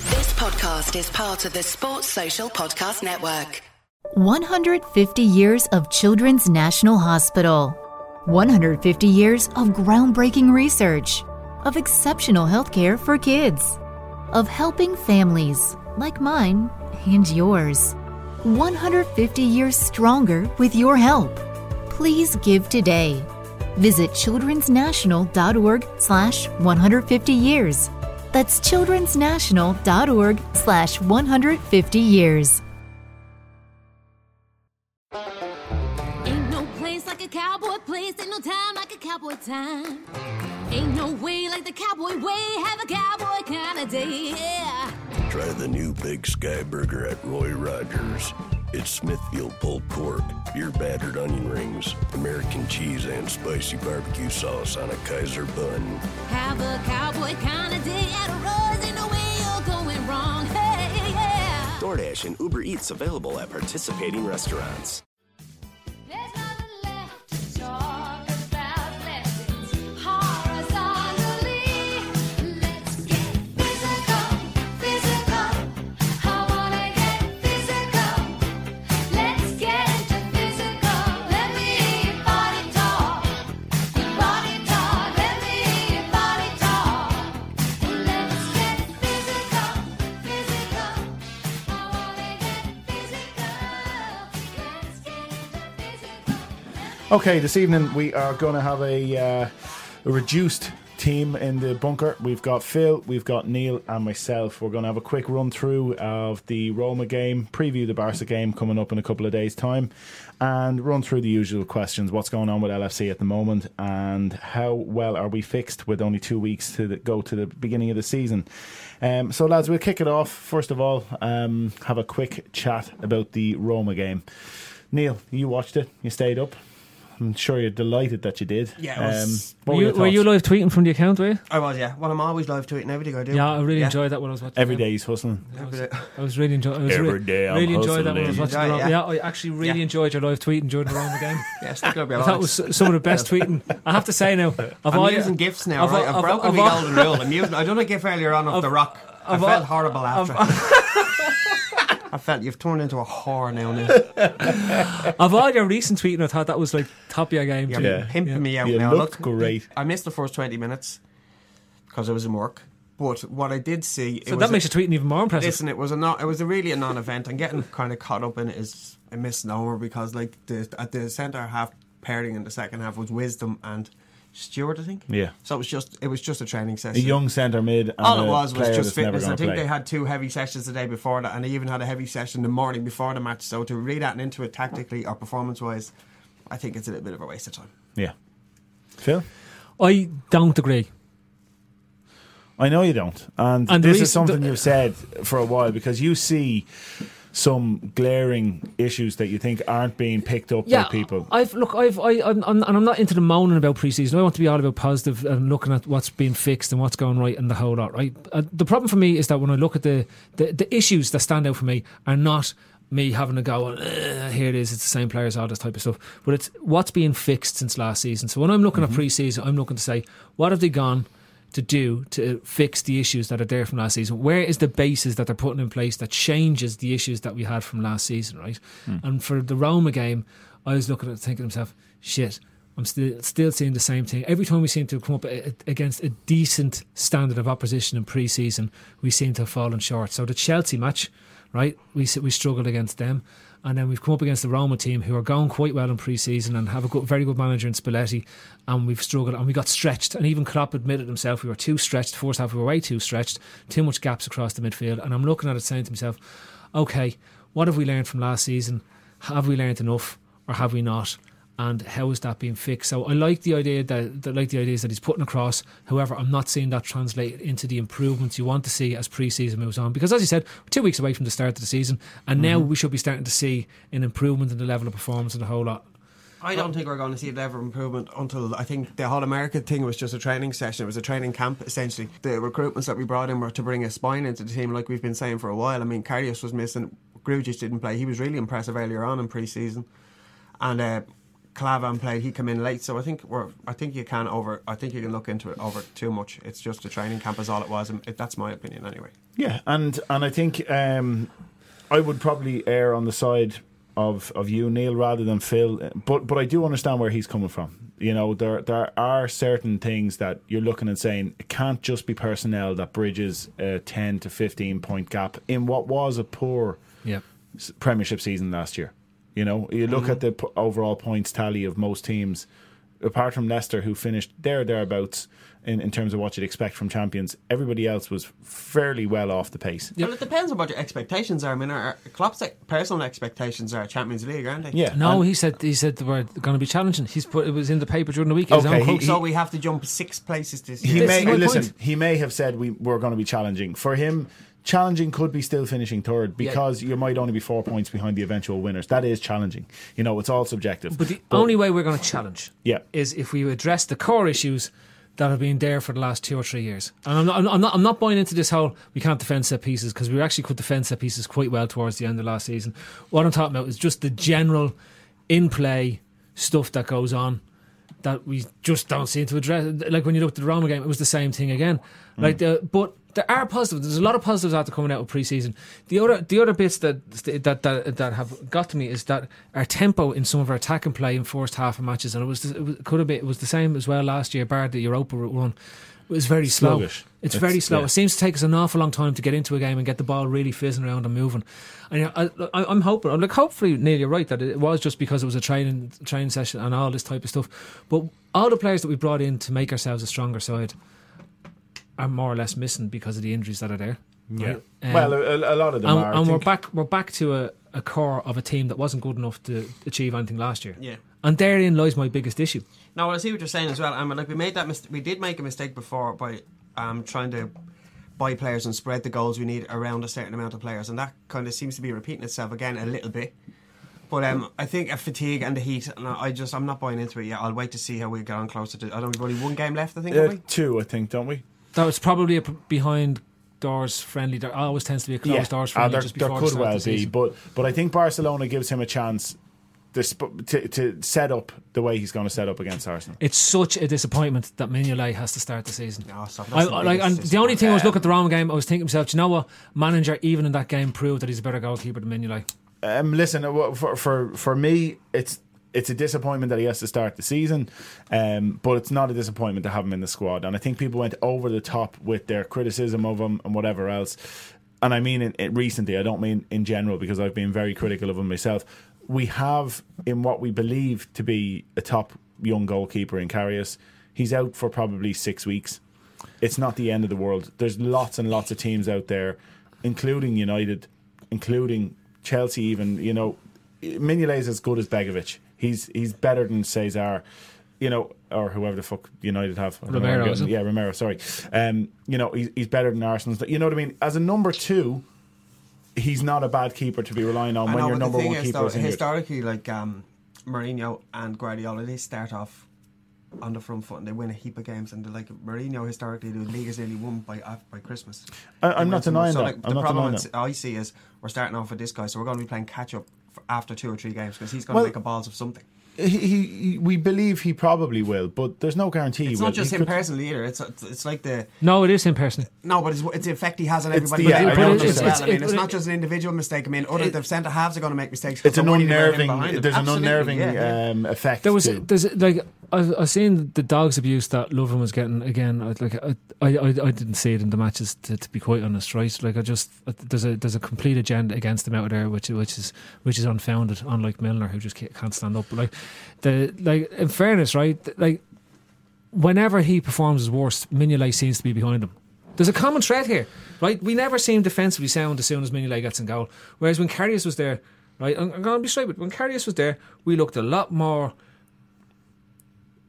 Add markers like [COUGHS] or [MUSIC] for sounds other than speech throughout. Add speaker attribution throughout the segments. Speaker 1: podcast is part of the Sports Social Podcast Network.
Speaker 2: 150 years of Children's National Hospital. 150 years of groundbreaking research, of exceptional healthcare for kids, of helping families like mine and yours. 150 years stronger with your help. Please give today. Visit childrensnational.org slash 150 years. That's childrensnational.org slash 150 years.
Speaker 3: Ain't no place like a cowboy place, ain't no time like a cowboy time. Ain't no way like the cowboy way, have a cowboy kind of day, yeah.
Speaker 4: Try the new Big Sky Burger at Roy Rogers. It's Smithfield pulled pork, beer battered onion rings, American cheese, and spicy barbecue sauce on a Kaiser bun.
Speaker 3: Have a cowboy kind of day at a Roy's, ain't no way you're going wrong, hey, yeah.
Speaker 5: DoorDash and Uber Eats available at participating restaurants.
Speaker 3: There's nothing left to talk about. Blessings horizontally. Let's get physical, physical. I wanna get physical. Let's get into physical. Let me hear your body talk. Your body talk. Let me hear your body talk. Let's get physical, physical. I wanna get physical. Let's get into physical.
Speaker 6: Okay, this evening we are going to have a, uh, a reduced team in the bunker. We've got Phil, we've got Neil, and myself. We're going to have a quick run through of the Roma game, preview the Barca game coming up in a couple of days' time, and run through the usual questions what's going on with LFC at the moment, and how well are we fixed with only two weeks to the, go to the beginning of the season. Um, so, lads, we'll kick it off. First of all, um, have a quick chat about the Roma game. Neil, you watched it, you stayed up. I'm sure you're delighted that you did. Um,
Speaker 7: Yeah, it was-
Speaker 6: what
Speaker 8: Were you,
Speaker 6: your
Speaker 8: were you
Speaker 6: thoughts?
Speaker 8: live tweeting from the account, were you?
Speaker 7: I was, yeah. Well, I'm always live tweeting every day I do.
Speaker 8: Yeah, I really
Speaker 7: Yeah.
Speaker 8: enjoyed that when I was watching.
Speaker 6: Every
Speaker 8: the game.
Speaker 6: day he's hustling.
Speaker 8: I was,
Speaker 7: Every day.
Speaker 8: I was really enjoying. I was
Speaker 4: Every
Speaker 8: really,
Speaker 4: day I'm
Speaker 8: really enjoyed that when I was watching.
Speaker 4: hustling,
Speaker 8: the
Speaker 7: yeah.
Speaker 8: Ro- yeah. I actually really
Speaker 7: Yeah.
Speaker 8: enjoyed your live tweeting during the Roma game.
Speaker 7: [LAUGHS] Yeah, stick up your
Speaker 8: that
Speaker 7: lives.
Speaker 8: was some of the best
Speaker 7: [LAUGHS]
Speaker 8: tweeting. I have to say now. Of
Speaker 7: I'm
Speaker 8: all-
Speaker 7: using gifts now,
Speaker 8: of all-
Speaker 7: right? I've,
Speaker 8: of-
Speaker 7: broken
Speaker 8: of
Speaker 7: the
Speaker 8: all-
Speaker 7: golden rule. I'm using. I done a gif earlier on of, the rock. I
Speaker 8: of
Speaker 7: felt
Speaker 8: all-
Speaker 7: horrible after.
Speaker 8: [LAUGHS]
Speaker 7: I felt you've turned into a whore now. now.
Speaker 8: [LAUGHS] Of all your recent tweeting, I thought that was like top of your game.
Speaker 7: You're
Speaker 8: too.
Speaker 7: pimping
Speaker 8: Yeah.
Speaker 7: me out
Speaker 6: You
Speaker 7: now.
Speaker 6: looked
Speaker 7: Look,
Speaker 6: great.
Speaker 7: I missed the first twenty minutes because I was in work. But what I did see, it
Speaker 8: So
Speaker 7: was
Speaker 8: that
Speaker 7: a-
Speaker 8: makes your tweeting even more impressive.
Speaker 7: Listen, it was a non, it was a really a non-event. I'm getting kind of caught up in it is a misnomer because like the at the centre half pairing in the second half was Wisdom and Stewart, I think.
Speaker 6: Yeah.
Speaker 7: So it was just it was just a training
Speaker 6: A
Speaker 7: session.
Speaker 6: young centre mid. And
Speaker 7: All
Speaker 6: a
Speaker 7: it was was
Speaker 6: player
Speaker 7: just
Speaker 6: that's never
Speaker 7: fitness. I
Speaker 6: gonna
Speaker 7: think
Speaker 6: play.
Speaker 7: they had two heavy sessions the day before that, and they even had a heavy session the morning before the match. So to read that into it tactically or performance-wise, I think it's a little bit of a waste of time.
Speaker 6: Yeah. Phil,
Speaker 8: I don't agree.
Speaker 6: I know you don't, and,
Speaker 8: And the
Speaker 6: this is
Speaker 8: reason-
Speaker 6: something
Speaker 8: the-
Speaker 6: you've said for a while because you see some glaring issues that you think aren't being picked up by people.
Speaker 8: I've look, I've, I, I'm, I'm, and I'm not into the moaning about preseason. I want to be all about positive and looking at what's being fixed and what's going right and the whole lot. Right. Uh, the problem for me is that when I look at the, the the issues that stand out for me are not me having to go on "Ugh, here it is it's the same players all this type of stuff but it's what's being fixed since last season so when i'm looking at preseason i'm looking to say what have they gone to do to fix the issues that are there from last season? Where is the basis that they're putting in place that changes the issues that we had from last season, right? And for the Roma game, I was looking at it thinking to myself, shit, I'm still still seeing the same thing. Every time we seem to come up a- a- against a decent standard of opposition in pre-season, we seem to have fallen short. So the Chelsea match, right? We s- we struggled against them. And then we've come up against the Roma team, who are going quite well in pre-season and have a good, very good manager in Spalletti, and we've struggled and we got stretched. And even Klopp admitted himself we were too stretched. First half we were way too stretched, too much gaps across the midfield. And I'm looking at it saying to myself, okay, what have we learned from last season? Have we learned enough, or have we not? and how is that being fixed? So I like the idea that, that like the ideas that he's putting across. However, I'm not seeing that translate into the improvements you want to see as pre-season moves on. Because as you said, we're two weeks away from the start of the season, and now we should be starting to see an improvement in the level of performance and the whole lot.
Speaker 7: I don't think we're going to see a level of improvement until I think the whole America thing was just a training session. It was a training camp essentially. The recruitments that we brought in were to bring a spine into the team, like we've been saying for a while. I mean, Karius was missing. Grujic didn't play. He was really impressive earlier on in pre-season, and uh,
Speaker 8: Clavan played. He came in late, so I think we're. I think you can over. I think you can look into it over too much. It's just a training camp is all it was, and it, that's my opinion anyway.
Speaker 6: Yeah, and and I think um, I would probably err on the side of of you, Neil, rather than Phil. But but I do understand where he's coming from. You know, there there are certain things that you're looking and saying it can't just be personnel that bridges a ten to fifteen point gap in what was a poor
Speaker 9: Yeah.
Speaker 6: s- Premiership season last year. You know, you look at the p- overall points tally of most teams, apart from Leicester, who finished there thereabouts in, in terms of what you'd expect from champions. Everybody else was fairly well off the pace.
Speaker 8: Well, it depends on what your expectations are. I mean, our, Klopp's like, personal expectations are Champions League, aren't they?
Speaker 6: Yeah.
Speaker 9: No,
Speaker 6: and-
Speaker 9: he said he said they we're going to be challenging. He's put it was in the paper during the week. His
Speaker 6: Okay,
Speaker 9: own coach-
Speaker 6: he-
Speaker 8: So we have to jump six places this
Speaker 6: he
Speaker 8: year.
Speaker 9: This
Speaker 6: may
Speaker 9: is my
Speaker 6: listen.
Speaker 9: point.
Speaker 6: He may have said we were going to be challenging. For him, challenging could be still finishing third because you might only be four points behind the eventual winners. That is challenging. You know, it's all subjective.
Speaker 9: But the only way we're going to challenge
Speaker 6: Yeah.
Speaker 9: is if we address the core issues that have been there for the last two or three years. And I'm not, I'm not, I'm not buying into this whole we can't defend set pieces because we actually could defend set pieces quite well towards the end of last season. What I'm talking about is just the general in play stuff that goes on that we just don't seem to address. Like when you looked at the Roma game, it was the same thing again.
Speaker 6: Mm.
Speaker 9: Like the but there are positives. There's a lot of positives after coming out of preseason. The other the other bits that that that, that have got to me is that our tempo in some of our attack and play in first half of matches, and it was it was- could have been it was the same as well last year, bar the Europa run. It was very slow.
Speaker 6: Sluggish.
Speaker 9: It's,
Speaker 6: It's-
Speaker 9: very slow.
Speaker 6: yeah.
Speaker 9: It seems to take us an awful long time to get into a game and get the ball really fizzing around and moving. And you know, I, I, I'm hoping, I'm like, hopefully, Neil, you're right that it was just because it was a training training session and all this type of stuff. But all the players that we brought in to make ourselves a stronger side are more or less missing because of the injuries that are there.
Speaker 6: yeah.
Speaker 9: Um,
Speaker 6: well, a, a lot of them
Speaker 9: And,
Speaker 6: are. I
Speaker 9: and we're
Speaker 6: think.
Speaker 9: back, we're back to a, a core of a team that wasn't good enough to achieve anything last year.
Speaker 8: Yeah.
Speaker 9: and therein lies my biggest issue.
Speaker 8: No, I see what you're saying as well. I mean, like we made that mistake. We did make a mistake before by um, trying to buy players and spread the goals we need around a certain amount of players, and that kind of seems to be repeating itself again a little bit. But um, I think a fatigue and the heat, and I I just I'm not buying into it yet. I'll wait to see how we get on closer to. I don't. We've only one game left. I think.
Speaker 6: Uh,
Speaker 8: have we?
Speaker 6: two, I think, don't we?
Speaker 9: That was probably a p- behind doors friendly. There always tends to be a closed doors
Speaker 6: Ah,
Speaker 9: friendly
Speaker 6: there,
Speaker 9: just
Speaker 6: there
Speaker 9: before the
Speaker 6: could
Speaker 9: start of
Speaker 6: well
Speaker 9: the
Speaker 6: be,
Speaker 9: season.
Speaker 6: but but I think Barcelona gives him a chance disp- to to set up the way he's going to set up agaigst Arsenal.
Speaker 9: It's such a disappointment that Mignolet has to start the season.
Speaker 8: No, Oh, stop, that's
Speaker 9: I,
Speaker 8: the
Speaker 9: I- like, and
Speaker 8: biggest
Speaker 9: the only thing I was
Speaker 8: disappointment.
Speaker 9: looking at the wrong game, I was thinking to myself, "Do you know what? Manager, even in that game, proved that he's a better goalkeeper than Mignolet.
Speaker 6: Um, listen, uh, wha- for for for me, it's it's a disappointment that he has to start the season, um, but it's not a disappointment to have him in the squad. And I think people went over the top with their criticism of him and whatever else. And I mean it, it recently. I don't mean in general because I've been very critical of him myself. We have in what we believe to be a top young goalkeeper in Carrius. He's out for probably six weeks it's not the end of the world. There's lots and lots of teams out there, including United, including Chelsea. Even you know, Mignolet is as good as Begovic. He's he's better than Cesar, you know, or whoever the fuck United have. I don't know where I'm
Speaker 9: Romero,
Speaker 6: getting-
Speaker 9: is it?
Speaker 6: yeah, Romero. Sorry, um, you know, he's, he's better than Arsenal. You know what I mean? As a number two, he's not a bad keeper to be relying on
Speaker 8: I
Speaker 6: when
Speaker 8: know,
Speaker 6: your
Speaker 8: but the
Speaker 6: number
Speaker 8: thing
Speaker 6: one
Speaker 8: is,
Speaker 6: keeper
Speaker 8: though,
Speaker 6: is injured.
Speaker 8: historically, like um, Mourinho and Guardiola, they start off on the front foot and they win a heap of games. And they're like Mourinho, historically, the league is nearly won by af- by Christmas.
Speaker 6: I- I'm not
Speaker 8: They win so much.
Speaker 6: denying
Speaker 8: so,
Speaker 6: that.
Speaker 8: Like,
Speaker 6: I'm
Speaker 8: the
Speaker 6: not
Speaker 8: problem
Speaker 6: denying
Speaker 8: it's- I see is we're starting off with this guy, so we're going to be playing catch up for after two or three games because he's going
Speaker 6: Well-
Speaker 8: to make a balls of something.
Speaker 6: He, he, he- we believe he probably will, but there's no guarantee. he
Speaker 8: It's
Speaker 6: will.
Speaker 8: not just
Speaker 6: He
Speaker 8: him
Speaker 6: could-
Speaker 8: personally either. It's it's like the
Speaker 9: No, it is him personally.
Speaker 8: No, but it's, it's the effect he has on
Speaker 6: It's
Speaker 8: everybody.
Speaker 6: the-
Speaker 8: else
Speaker 6: yeah, I
Speaker 8: around
Speaker 6: know
Speaker 8: him as
Speaker 6: what you're
Speaker 8: well.
Speaker 6: saying.
Speaker 8: I mean, it's
Speaker 9: It-
Speaker 8: not just an individual mistake. I mean, other
Speaker 9: It-
Speaker 8: the centre halves are going to make mistakes. 'cause
Speaker 6: It's an
Speaker 8: they're worried about him behind
Speaker 6: unnerving.
Speaker 8: them.
Speaker 6: There's an
Speaker 8: Absolutely,
Speaker 6: unnerving
Speaker 8: yeah, yeah.
Speaker 6: Um, effect.
Speaker 9: There was
Speaker 6: to-
Speaker 9: there's like I've, I've seen the dogs abuse that Lovren was getting again. I- Like I I, I I didn't see it in the matches to, to be quite honest, right? Like I just there's a there's a complete agenda against him out there, which which is which is unfounded. Unlike Milner, who just ca- can't stand up. But like the like in fairness, right? th- Like whenever he performs his worst, Mignolet seems to be behind him. There's a common thread here, right? We never seem defensively sound as soon as Mignolet gets in goal. Whereas when Carrius was there, right? I'm, I'm going to be straight, but when Carrius was there, we looked a lot more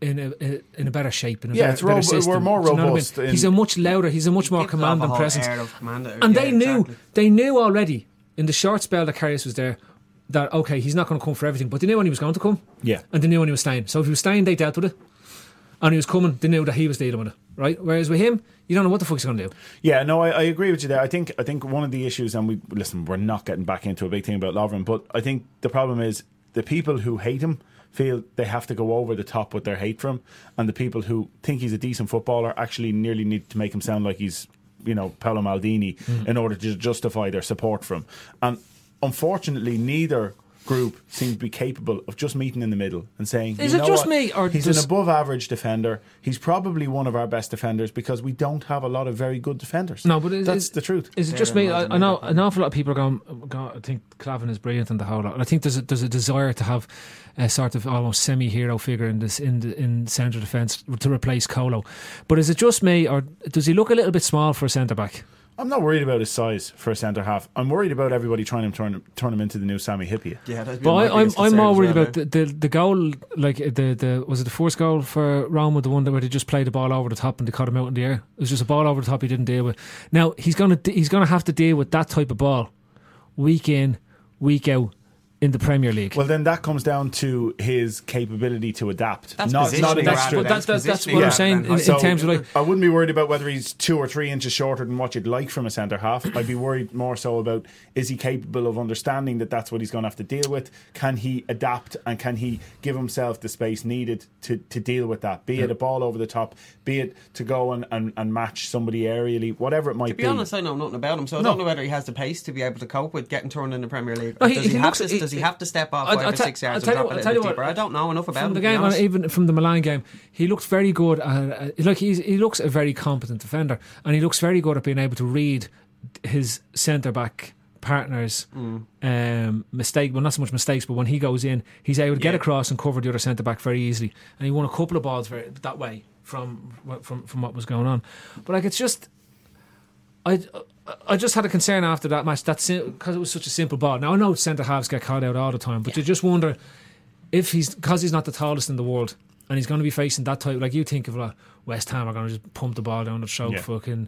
Speaker 9: in a in a better shape, in a
Speaker 6: Yeah,
Speaker 9: better,
Speaker 6: it's
Speaker 9: better
Speaker 6: robu-
Speaker 9: system.
Speaker 6: we're more
Speaker 9: Do you know what I mean?
Speaker 6: robust in-
Speaker 9: He's a much louder. He's a much more
Speaker 8: Gives off a
Speaker 9: commanding
Speaker 8: whole
Speaker 9: presence
Speaker 8: air of commander.
Speaker 9: and
Speaker 8: Yeah,
Speaker 9: they knew
Speaker 8: exactly.
Speaker 9: they knew already in the short spell that Carrius was there that okay he's not going to come for everything but they knew when he was going to come
Speaker 6: Yeah.
Speaker 9: and they knew when he was staying so if he was staying they dealt with it and he was coming they knew that he was dealing with it right whereas with him you don't know what the fuck he's going to do
Speaker 6: Yeah, no, I, I agree with you there. I think I think one of the issues, and we listen, we're not getting back into a big thing about Lovren, but I think the problem is the people who hate him feel they have to go over the top with their hate for him, and the people who think he's a decent footballer actually nearly need to make him sound like he's you know Paolo Maldini
Speaker 9: Mm.
Speaker 6: in order to justify their support for him. And unfortunately, neither group seems to be capable of just meeting in the middle and saying,
Speaker 9: Is
Speaker 6: "You
Speaker 9: it
Speaker 6: know
Speaker 9: just
Speaker 6: what?
Speaker 9: me, or
Speaker 6: he's
Speaker 9: does-
Speaker 6: an above average defender? He's probably one of our best defenders because we don't have a lot of very good defenders."
Speaker 9: No, but it-
Speaker 6: that's
Speaker 9: it-
Speaker 6: the truth.
Speaker 9: Is it just me? I, I know an awful lot of people are going. God, I think Clavin is brilliant and the whole lot. And I think there's a, there's a desire to have a uh, sort of almost semi-hero figure in this in the, in central defence to replace Colo. But is it just me, or does he look a little bit small for a centre back?
Speaker 6: I'm not worried about his size for a centre half. I'm worried about everybody trying to turn turn him into the new Sammy Hippie.
Speaker 8: Yeah, that'd be
Speaker 9: But
Speaker 8: my
Speaker 9: I, I'm
Speaker 8: biggest
Speaker 9: I'm
Speaker 8: concern
Speaker 9: more
Speaker 8: as
Speaker 9: worried
Speaker 8: well,
Speaker 9: about the, the the goal. Like the the was it the first goal for Roma, the one that where they just played the ball over the top and they cut him out in the air. It was just a ball over the top he didn't deal with. Now he's gonna d- he's gonna have to deal with that type of ball, week in, week out, in the Premier League.
Speaker 6: Well, then that comes down to his capability to adapt.
Speaker 8: That's
Speaker 6: not
Speaker 8: positioning
Speaker 6: not an
Speaker 8: rather
Speaker 9: that's,
Speaker 6: extra.
Speaker 9: but
Speaker 8: than-
Speaker 9: that's, that's, that's
Speaker 8: positioning
Speaker 9: what I'm
Speaker 6: rather
Speaker 9: saying
Speaker 8: than
Speaker 9: in, in
Speaker 8: height.
Speaker 9: terms of like
Speaker 6: I wouldn't be worried about whether he's two or three inches shorter than what you'd like from a centre half. I'd be worried more so about is he capable of understanding that that's what he's going to have to deal with? Can he adapt and can he give himself the space needed to, to deal with that? Be it a ball over the top, be it to go and, and, and match somebody aerially, whatever it might
Speaker 8: To be honest, I know nothing about him, so I
Speaker 6: No.
Speaker 8: don't know whether he has the pace to be able to cope with getting turned in the Premier League.
Speaker 9: No,
Speaker 8: Or
Speaker 9: he-
Speaker 8: does
Speaker 9: he
Speaker 8: he, have
Speaker 9: looks-
Speaker 8: to?
Speaker 9: he-
Speaker 8: does he have to step off
Speaker 9: I'll-
Speaker 8: five
Speaker 9: I'll
Speaker 8: or
Speaker 9: tell-
Speaker 8: six
Speaker 9: I'll
Speaker 8: yards and
Speaker 9: tell you
Speaker 8: drop
Speaker 9: what-
Speaker 8: a
Speaker 9: I'll tell you
Speaker 8: little
Speaker 9: what,
Speaker 8: bit deeper? I don't know enough about
Speaker 9: from
Speaker 8: him.
Speaker 9: the
Speaker 8: to be
Speaker 9: game, and
Speaker 8: honest.
Speaker 9: even from the Milan game, he looked very good. At, uh, like he's, he looks a very competent defender, and he looks very good at being able to read his centre back partner's um, mistake. Well, not so much mistakes, but when he goes in, he's able to get
Speaker 8: Yeah.
Speaker 9: across and cover the other centre back very easily. And he won a couple of balls very, that way from what- from from what was going on. But like, it's just. I, I just had a concern after that match. That's because it was such a simple ball. Now I know centre halves get caught out all the time, but you just wonder if he's because he's not the tallest in the world and he's going to be facing that type like you think of like West Ham are going to just pump the ball down the throat
Speaker 6: Yeah.
Speaker 9: fucking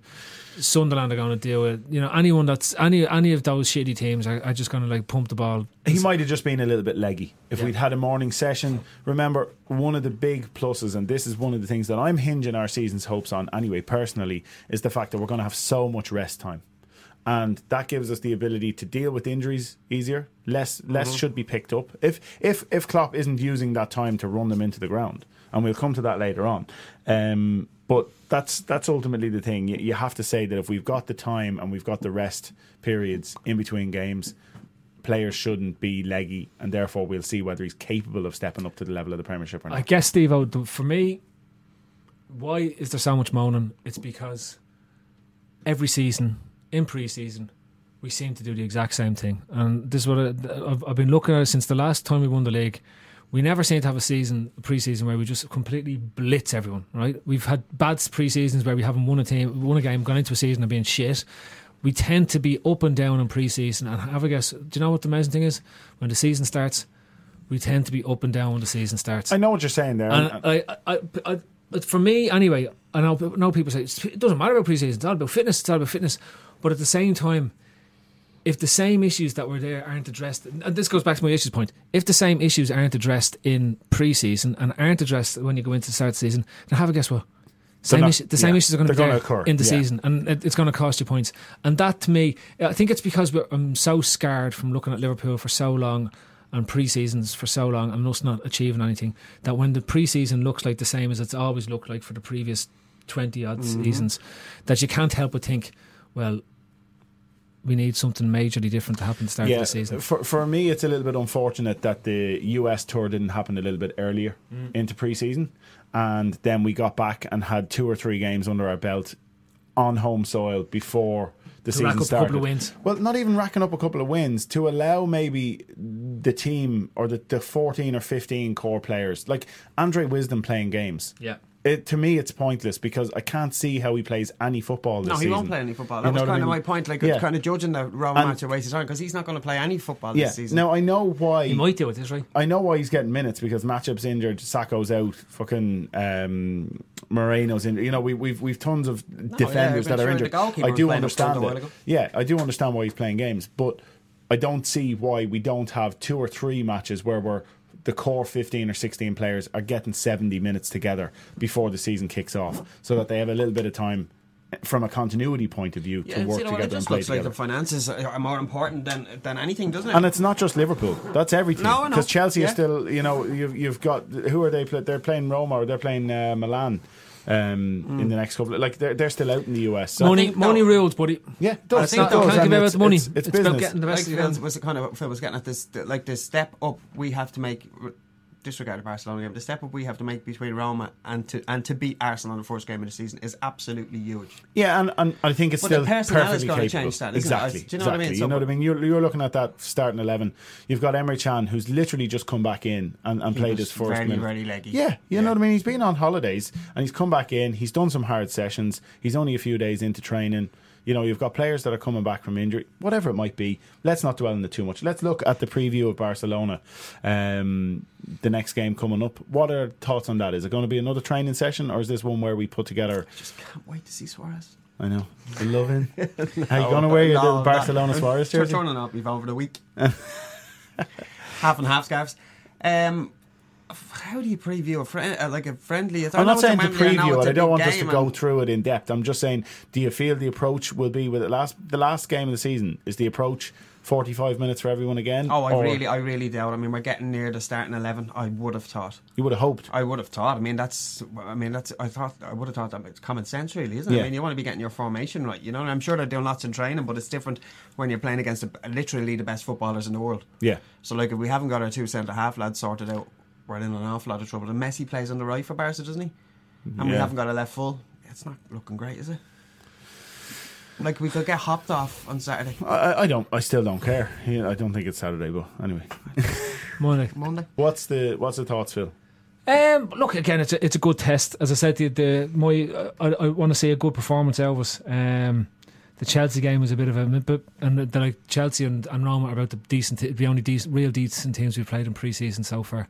Speaker 9: Sunderland are going to deal with you know anyone that's any any of those shitty teams are, are just going to like pump the ball
Speaker 6: He might have just been a little bit leggy. If we'd had a morning session, remember one of the big pluses, and this is one of the things that I'm hinging our season's hopes on anyway, personally, is the fact that we're going to have so much rest time. And that gives us the ability to deal with injuries easier. Less less should be picked up. If if if Klopp isn't using that time to run them into the ground, and we'll come to that later on. Um, but that's that's ultimately the thing. You, you have to say that if we've got the time and we've got the rest periods in between games, players shouldn't be leggy, and therefore we'll see whether he's capable of stepping up to the level of the Premiership or not.
Speaker 9: I guess Steve O th- for me why is there so much moaning it's because every season in pre-season we seem to do the exact same thing and this is what I, I've, I've been looking at it since the last time we won the league we never seem to have a season a pre-season where we just completely blitz everyone right we've had bad pre-seasons where we haven't won a team won a game gone into a season and being shit we tend to be up and down in pre-season and have a guess do you know what the amazing thing is when the season starts we tend to be up and down when the season starts
Speaker 6: I know what you're saying there. and- uh,
Speaker 9: and I, I, I, I, for me, anyway, I know, I know people say "It's- it doesn't matter about preseason. It's all about fitness. It's all about fitness. But at the same time, if the same issues that were there aren't addressed, and this goes back to my issues point, if the same issues aren't addressed in preseason and aren't addressed when you go into the start of the season, then have a guess what? Same
Speaker 6: not-
Speaker 9: issue, the same
Speaker 6: yeah,
Speaker 9: issues are going to
Speaker 6: they're
Speaker 9: be
Speaker 6: gonna
Speaker 9: there
Speaker 6: occur,
Speaker 9: in the
Speaker 6: yeah.
Speaker 9: season, and it, it's going to cost you points. And that, to me, I think it's because we're, I'm so scarred from looking at Liverpool for so long and pre-seasons for so long and us not achieving anything that when the pre-season looks like the same as it's always looked like for the previous 20 odd
Speaker 6: Mm-hmm.
Speaker 9: seasons that you can't help but think well we need something majorly different to happen at the start of the season
Speaker 6: For, for me, it's a little bit unfortunate that the US tour didn't happen a little bit earlier
Speaker 9: Mm.
Speaker 6: into preseason, and then we got back and had two or three games under our belt on home soil before the
Speaker 9: rack
Speaker 6: season
Speaker 9: up a
Speaker 6: started.
Speaker 9: couple of wins.
Speaker 6: Well, not even racking up a couple of wins to allow maybe the team or the, the fourteen or fifteen core players like Andre Wisdom playing games.
Speaker 9: Yeah.
Speaker 6: It, to me, it's pointless because I can't see how he plays any football. This
Speaker 8: No, he
Speaker 6: season.
Speaker 8: won't play any football. That
Speaker 6: You know
Speaker 8: was
Speaker 6: what I
Speaker 8: kind of
Speaker 6: mean?
Speaker 8: my point. Like,
Speaker 6: Yeah.
Speaker 8: kind of judging the Rome
Speaker 6: And-
Speaker 8: match a waste of time because he's not going to play any football
Speaker 6: yeah.
Speaker 8: this season.
Speaker 6: Now I know why
Speaker 9: you might do it this right
Speaker 6: I know why he's getting minutes because matchups injured, Sacco's out, fucking um, Moreno's injured. You know, we, we've we've tons of defenders
Speaker 8: yeah,
Speaker 6: that are
Speaker 8: sure, the
Speaker 6: injured.
Speaker 8: goalkeeper
Speaker 6: I
Speaker 8: was
Speaker 6: do
Speaker 8: playing up front a
Speaker 6: understand
Speaker 8: while
Speaker 6: it.
Speaker 8: ago.
Speaker 6: Yeah, I do understand why he's playing games, but I don't see why we don't have two or three matches where we're the core 15 or 16 players are getting 70 minutes together before the season kicks off so that they have a little bit of time from a continuity point of view to
Speaker 8: it's-
Speaker 6: work
Speaker 8: you know,
Speaker 6: together and
Speaker 8: it just
Speaker 6: play
Speaker 8: looks
Speaker 6: together.
Speaker 8: like the finances are more important than than anything, doesn't it?
Speaker 6: and it's not just Liverpool. That's everything.
Speaker 8: No, I know.
Speaker 6: Because Chelsea are
Speaker 8: Yeah.
Speaker 6: still, you know, you've, you've got who are they? Play, they're playing Roma or they're playing uh, Milan um, in
Speaker 8: Mm.
Speaker 6: the next couple. Like they're they're still out in the US. So
Speaker 9: money,
Speaker 8: think-
Speaker 9: money
Speaker 8: no.
Speaker 9: rules, buddy.
Speaker 6: yeah, it
Speaker 8: I
Speaker 6: does.
Speaker 8: think
Speaker 6: it
Speaker 8: that
Speaker 6: does,
Speaker 8: can't
Speaker 6: and
Speaker 9: give out
Speaker 6: it's,
Speaker 9: money.
Speaker 6: It's, it's
Speaker 9: It's about
Speaker 6: business.
Speaker 9: getting the
Speaker 8: like
Speaker 9: rest of
Speaker 8: Phil was kind of what Phil was getting at this, th- like the step up we have to make. r- Disregard the Barcelona game. The step up we have to make between Roma and to and to beat Arsenal in the first game of the season is absolutely huge.
Speaker 6: Yeah, and, and I think it's
Speaker 8: But the
Speaker 6: still
Speaker 8: personnel is
Speaker 6: perfectly
Speaker 8: gonna
Speaker 6: capable.
Speaker 8: change that, isn't it?
Speaker 6: exactly.
Speaker 8: Do you know what I
Speaker 6: exactly.
Speaker 8: mean?
Speaker 6: You
Speaker 8: So-
Speaker 6: know what I mean? You're, you're looking at that starting eleven. You've got Emery Chan, who's literally just come back in and, and played
Speaker 8: was
Speaker 6: his first
Speaker 8: very,
Speaker 6: minute.
Speaker 8: very leggy.
Speaker 6: Yeah, you know what I mean. He's been on holidays and he's come back in. He's done some hard sessions. He's only a few days into training. You know, you've got players that are coming back from injury, whatever it might be. Let's not dwell on it too much. Let's look at the preview of Barcelona, um, the next game coming up. What are thoughts on that? Is it going to be another training session, or is this one where we put together?
Speaker 8: Just can't wait to see Suarez.
Speaker 6: I know. I love
Speaker 8: [LAUGHS]
Speaker 6: him. Are you going to wear your
Speaker 8: No,
Speaker 6: little
Speaker 8: no. [LAUGHS]
Speaker 6: Barcelona Suarez
Speaker 8: Sure,
Speaker 6: jersey?
Speaker 8: turning up, you've over
Speaker 6: [LAUGHS]
Speaker 8: the week. half and half scarves. Um, f- how do you preview a friend uh, like a friendly? I
Speaker 6: I'm not
Speaker 8: know it's a
Speaker 6: saying to
Speaker 8: Wembley, I know
Speaker 6: preview
Speaker 8: it's
Speaker 6: it.
Speaker 8: a
Speaker 6: I don't
Speaker 8: big
Speaker 6: want us to
Speaker 8: game
Speaker 6: go
Speaker 8: and-
Speaker 6: through it in depth. I'm just saying, do you feel the approach will be with it last the last game of the season? Is the approach 45 minutes for everyone again?
Speaker 8: Oh, I
Speaker 6: Or-
Speaker 8: really, I really doubt. I mean, we're getting near the starting eleven. I would have thought.
Speaker 6: You would have hoped.
Speaker 8: I would have thought. I mean, that's. I mean, that's. I thought. I would have thought that it's common sense, really, isn't it?
Speaker 6: Yeah.
Speaker 8: I mean, you want to be getting your formation right, you know. And I'm sure they're doing lots in training, but it's different when you're playing against the, literally the best footballers in the world.
Speaker 6: Yeah.
Speaker 8: So, like, if we haven't got our two centre half lads sorted out, we're in an awful lot of trouble. And Messi plays on the right for Barca, doesn't he? And we
Speaker 6: Yeah.
Speaker 8: haven't got a left full. It's not looking great, is it? Like we could get hopped off on Saturday,
Speaker 6: I, I don't. I still don't care. Yeah, I don't think it's Saturday, but anyway.
Speaker 9: Money.
Speaker 8: Monday.
Speaker 6: What's the What's the thoughts, Phil?
Speaker 9: Um, look again. It's a, it's a good test. As I said, the, the my I, I want to see a good performance out of us. Um, the Chelsea game was a bit of a but and the, like Chelsea and, and Roma are about the decent the only decent, real decent teams we've played in pre-season so far.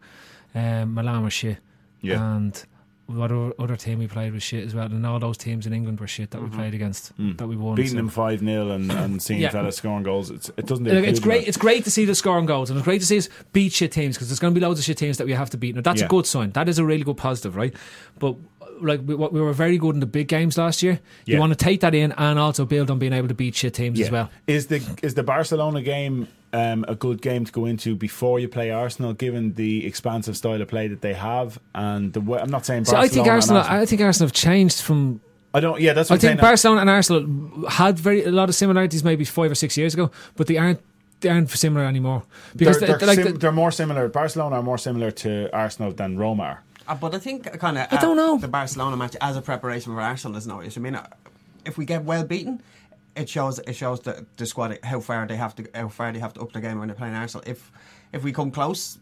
Speaker 9: Um, Milan was shit,
Speaker 6: Yeah.
Speaker 9: and what o- other team we played was shit as well. And all those teams in England were shit that we played against that we won.
Speaker 6: Beating
Speaker 9: so-
Speaker 6: them 5 0 and, and seeing
Speaker 9: Yeah.
Speaker 6: fellas scoring goals, it's, it doesn't do a
Speaker 9: Look, it's
Speaker 6: huge
Speaker 9: great.
Speaker 6: amount.
Speaker 9: It's great to see the scoring goals, and it's great to see us beat shit teams because there's going to be loads of shit teams that we have to beat. Now that's
Speaker 6: Yeah.
Speaker 9: a good sign. That is a really good positive, right? But uh, like we, what- we were very good in the big games last year.
Speaker 6: Yeah.
Speaker 9: You want to take that in and also build on being able to beat shit teams as
Speaker 6: Yeah.
Speaker 9: well.
Speaker 6: Is the is the Barcelona game um, a good game to go into before you play Arsenal, given the expansive style of play that they have? And the way, I'm not saying
Speaker 9: So
Speaker 6: Barcelona.
Speaker 9: I think Arsenal.
Speaker 6: and Arsenal-
Speaker 9: I think Arsenal have changed from.
Speaker 6: I don't. Yeah, that's what
Speaker 9: I
Speaker 6: I'm saying.
Speaker 9: think Barcelona and Arsenal had very a lot of similarities maybe five or six years ago, but they aren't they aren't similar anymore
Speaker 6: they're,
Speaker 9: because they-
Speaker 6: they're
Speaker 9: they're like
Speaker 6: sim-
Speaker 9: the-
Speaker 6: they're more similar. Barcelona are more similar to Arsenal than Roma. Are.
Speaker 8: Uh, but I think kind of
Speaker 9: I don't know.
Speaker 8: the Barcelona match as a preparation for Arsenal is no issue. I mean, uh, if we get well beaten, it shows it shows the, the squad how far they have to how far they have to up the game when they're playing Arsenal. If if we come close.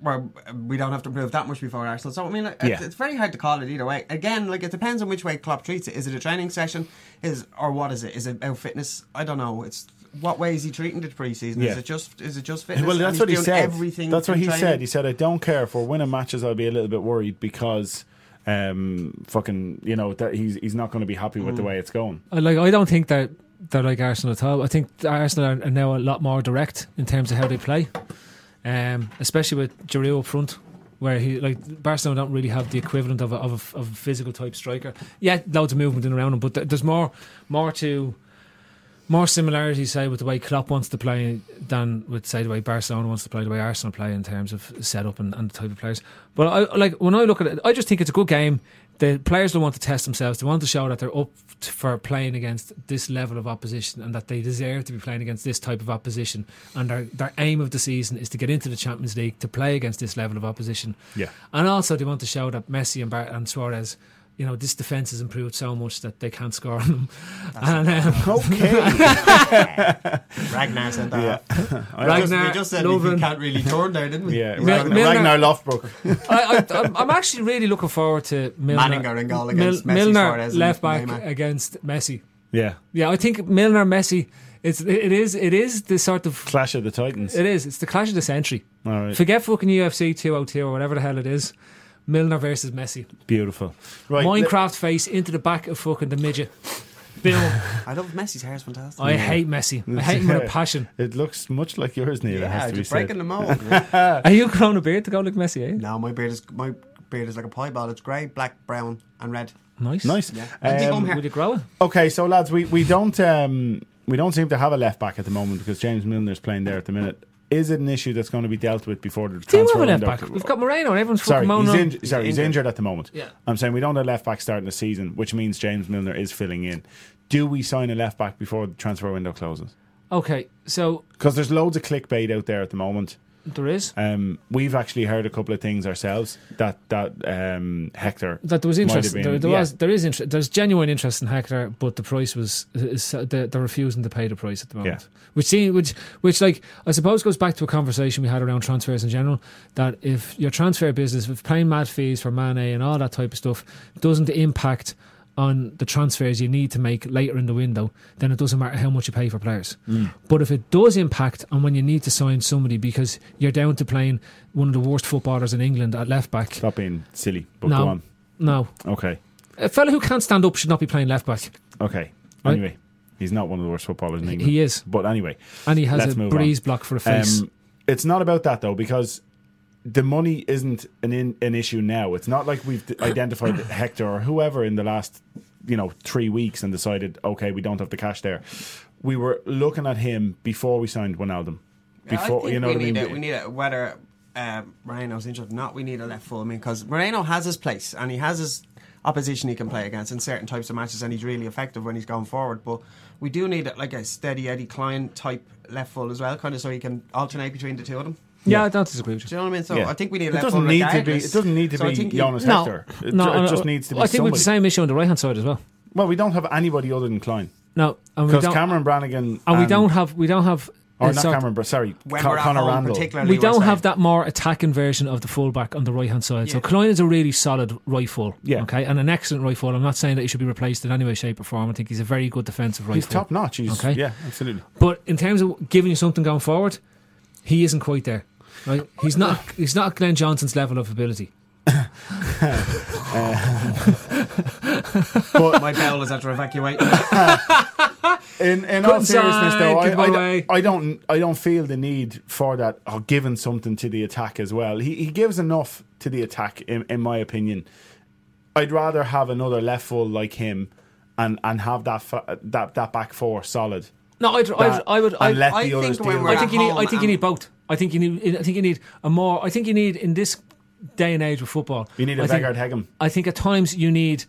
Speaker 8: Where we don't have to prove that much before Arsenal, so I mean, it-
Speaker 6: Yeah.
Speaker 8: it's very hard to call it either way. Again, like it depends on which way Klopp treats it. Is it a training session? Is or what is it? Is it about fitness? I don't know. It's what way is he treating the preseason?
Speaker 6: Yeah.
Speaker 8: Is it just is it just fitness?
Speaker 6: Well,
Speaker 8: And
Speaker 6: that's
Speaker 8: he's
Speaker 6: what he
Speaker 8: doing
Speaker 6: said.
Speaker 8: Everything
Speaker 6: that's what
Speaker 8: in
Speaker 6: he
Speaker 8: training?
Speaker 6: said. He said, "I don't care if we're winning matches. I'll be a little bit worried because, um, fucking, you know, that he's he's not going to be happy
Speaker 8: Mm.
Speaker 6: with the way it's going."
Speaker 9: I like I don't think that they're like Arsenal at all. I think that Arsenal are, are now a lot more direct in terms of how they play, um, especially with Giroud up front, where he like Barcelona don't really have the equivalent of a, of a, of a physical type striker. Yeah, loads of movement in around him, but th- there's more more to more similarities say with the way Klopp wants to play than with say the way Barcelona wants to play, the way Arsenal play in terms of setup and, and the type of players. But I like when I look at it, I just think it's a good game. The players don't want to test themselves; they want to show that they're up t- for playing against this level of opposition and that they deserve to be playing against this type of opposition. And their their aim of the season is to get into the Champions League to play against this level of opposition. [LAUGHS]
Speaker 6: Yeah.
Speaker 9: And also, they want to show that Messi and, Bar- and Suarez, you know, this defense has improved so much that they can't score on them. and um, [LAUGHS]
Speaker 6: Okay,
Speaker 8: Ragnar said that.
Speaker 6: Yeah.
Speaker 8: [LAUGHS] We just-
Speaker 9: Ragnar,
Speaker 8: we just said we
Speaker 9: Lovren.
Speaker 8: can't really turn there, didn't we?
Speaker 6: yeah,
Speaker 9: Mil-
Speaker 6: Ragnar,
Speaker 9: Milner-
Speaker 6: Ragnar Lothbrok.
Speaker 9: I, I, I'm- I'm actually really looking forward to Milner.
Speaker 8: Manninger in goal against Messi,
Speaker 9: Milner
Speaker 8: Suarez and
Speaker 9: left back
Speaker 8: Neymar.
Speaker 9: against Messi.
Speaker 6: Yeah,
Speaker 9: Yeah, I think Milner Messi. It's it is it is the sort of
Speaker 6: Clash of the Titans.
Speaker 9: it is it's the clash of the century.
Speaker 6: All right.
Speaker 9: Forget fucking UFC 202 or whatever the hell it is. Milner versus Messi.
Speaker 6: Beautiful. Right,
Speaker 9: Minecraft face into the back of fucking the midget. Bill,
Speaker 8: I love Messi's hair; it's fantastic.
Speaker 9: I hate Messi. I hate
Speaker 6: [LAUGHS]
Speaker 9: him with a passion.
Speaker 6: It looks much like yours, Neil. it
Speaker 8: yeah,
Speaker 6: has to be
Speaker 8: just
Speaker 6: said.
Speaker 8: breaking the mold.
Speaker 6: [LAUGHS]
Speaker 9: Are you growing a beard to go like Messi? Eh?
Speaker 8: no, my beard is my beard is like a pie ball. It's grey, black, brown, and red.
Speaker 9: Nice.
Speaker 6: Nice.
Speaker 8: Andy
Speaker 6: Um,
Speaker 8: Bumher.
Speaker 9: Would you grow it?
Speaker 6: Okay, so lads, we, we don't um, we don't seem to have a left back at the moment because James Milner's playing there at the minute. Is it an issue that's going to be dealt with before the
Speaker 9: Do you
Speaker 6: transfer
Speaker 9: have a left
Speaker 6: window?
Speaker 9: back? We've got Moreno and everyone's
Speaker 6: Sorry,
Speaker 9: fucking moaning
Speaker 6: he's,
Speaker 9: on-
Speaker 6: inj- sorry he's injured at the moment.
Speaker 9: Yeah.
Speaker 6: I'm saying we don't have a left back starting the season, which means James Milner is filling in. Do we sign a left back before the transfer window closes?
Speaker 9: Okay, so
Speaker 6: Because there's loads of clickbait out there at the moment.
Speaker 9: there is.
Speaker 6: Um, we've actually heard a couple of things ourselves that that um, Hector
Speaker 9: That there was
Speaker 6: might have
Speaker 9: interest.
Speaker 6: been-
Speaker 9: There, there
Speaker 6: yeah.
Speaker 9: was. There is interest. There's genuine interest in Hector, but the price was. Is, they're, they're refusing to pay the price at the moment.
Speaker 6: Yeah.
Speaker 9: Which seems, which, which, like I suppose, goes back to a conversation we had around transfers in general. That if your transfer business, if paying mad fees for Mane and all that type of stuff, doesn't impact on the transfers you need to make later in the window, then it doesn't matter how much you pay for players. But if it does impact on when you need to sign somebody because you're down to playing one of the worst footballers in England at left back.
Speaker 6: Stop being silly, but
Speaker 9: No.
Speaker 6: go on.
Speaker 9: No,
Speaker 6: Okay,
Speaker 9: a fella who can't stand up should not be playing left back.
Speaker 6: okay.
Speaker 9: Right.
Speaker 6: Anyway, he's not one of the worst footballers in England.
Speaker 9: He is,
Speaker 6: But anyway,
Speaker 9: and he has
Speaker 6: Let's
Speaker 9: a
Speaker 6: move
Speaker 9: breeze
Speaker 6: on.
Speaker 9: block for a face.
Speaker 6: um, it's not about that though because the money isn't an in, an issue now. It's not like
Speaker 9: [COUGHS]
Speaker 6: we've identified Hector or whoever in the last you know three weeks and decided okay we don't have the cash there. We were looking at him before we signed Wijnaldum.
Speaker 8: I
Speaker 6: Before
Speaker 8: think
Speaker 6: you know
Speaker 8: we
Speaker 6: what I
Speaker 8: need
Speaker 6: mean.
Speaker 8: It. We need it whether um, Moreno's injured or not. We need a left full. I mean, because Moreno has his place and he has his opposition he can play against in certain types of matches, and he's really effective when he's gone forward. But we do need like a steady Eddie Klein type left full as well, kind of so he can alternate between the two of them.
Speaker 9: yeah, I don't disagree with
Speaker 8: Do you
Speaker 9: you.
Speaker 8: know what I mean? So
Speaker 6: Yeah.
Speaker 8: I think we need a
Speaker 6: It
Speaker 8: left
Speaker 6: doesn't
Speaker 8: full
Speaker 6: need to be.
Speaker 8: regardless.
Speaker 6: It doesn't need to
Speaker 8: So I
Speaker 6: be
Speaker 8: think he-
Speaker 6: Jonas
Speaker 9: No,
Speaker 6: Hector. It,
Speaker 9: no,
Speaker 6: ju- it
Speaker 9: no,
Speaker 6: just needs to be
Speaker 9: I think we've the
Speaker 6: somebody.
Speaker 9: same issue on the right hand side as well.
Speaker 6: Well, we don't have anybody other than Klein
Speaker 9: No, and we
Speaker 6: because
Speaker 9: don't,
Speaker 6: Cameron Brannigan
Speaker 9: and we don't have, we don't have,
Speaker 6: or
Speaker 9: uh,
Speaker 6: not
Speaker 9: sort-
Speaker 6: Cameron, Br- sorry,
Speaker 8: When
Speaker 6: Con-
Speaker 8: we're at
Speaker 6: Conor
Speaker 8: home
Speaker 6: Randall.
Speaker 8: particularly,
Speaker 9: we
Speaker 8: we're
Speaker 9: don't
Speaker 8: saying.
Speaker 9: have that more attacking version of the fullback on the right hand side. So
Speaker 8: Yeah.
Speaker 9: Klein is a really solid right full,
Speaker 6: Yeah.
Speaker 9: okay, and an excellent right full. I'm not saying that he should be replaced in any way, shape, or form. I think he's a very good defensive right
Speaker 6: He's
Speaker 9: full.
Speaker 6: top notch. He's
Speaker 9: Okay.
Speaker 6: yeah, absolutely.
Speaker 9: But in terms of giving you something going forward, he isn't quite there. Right? He's not. He's not Glenn Johnson's level of ability.
Speaker 8: My bell is had to evacuate.
Speaker 6: [LAUGHS] In in all
Speaker 9: Good
Speaker 6: seriousness,
Speaker 9: side,
Speaker 6: though, I,
Speaker 9: good
Speaker 6: I,
Speaker 9: boy.
Speaker 6: don't- I don't I don't feel the need for that or giving something to the attack as well. He he gives enough to the attack, in, in my opinion. I'd rather have another left full like him, and and have that fa- that that back four solid.
Speaker 9: No, I'd, I'd,
Speaker 6: That-
Speaker 9: I would.
Speaker 6: and
Speaker 9: I,
Speaker 6: let
Speaker 9: I,
Speaker 6: the others
Speaker 8: think when
Speaker 6: deal
Speaker 8: we're
Speaker 9: I
Speaker 6: with
Speaker 9: think
Speaker 8: at
Speaker 9: you need. I
Speaker 8: home
Speaker 9: think you
Speaker 8: and-
Speaker 9: need both. I think you need. I think you need a more. I think you need in this day and age of football.
Speaker 6: it. You need a
Speaker 9: I think-
Speaker 6: Vegard Hegem.
Speaker 9: I think at times you need.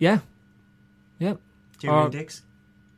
Speaker 9: Yeah, yeah. Or-
Speaker 8: Julian
Speaker 9: Uh,
Speaker 8: Dix.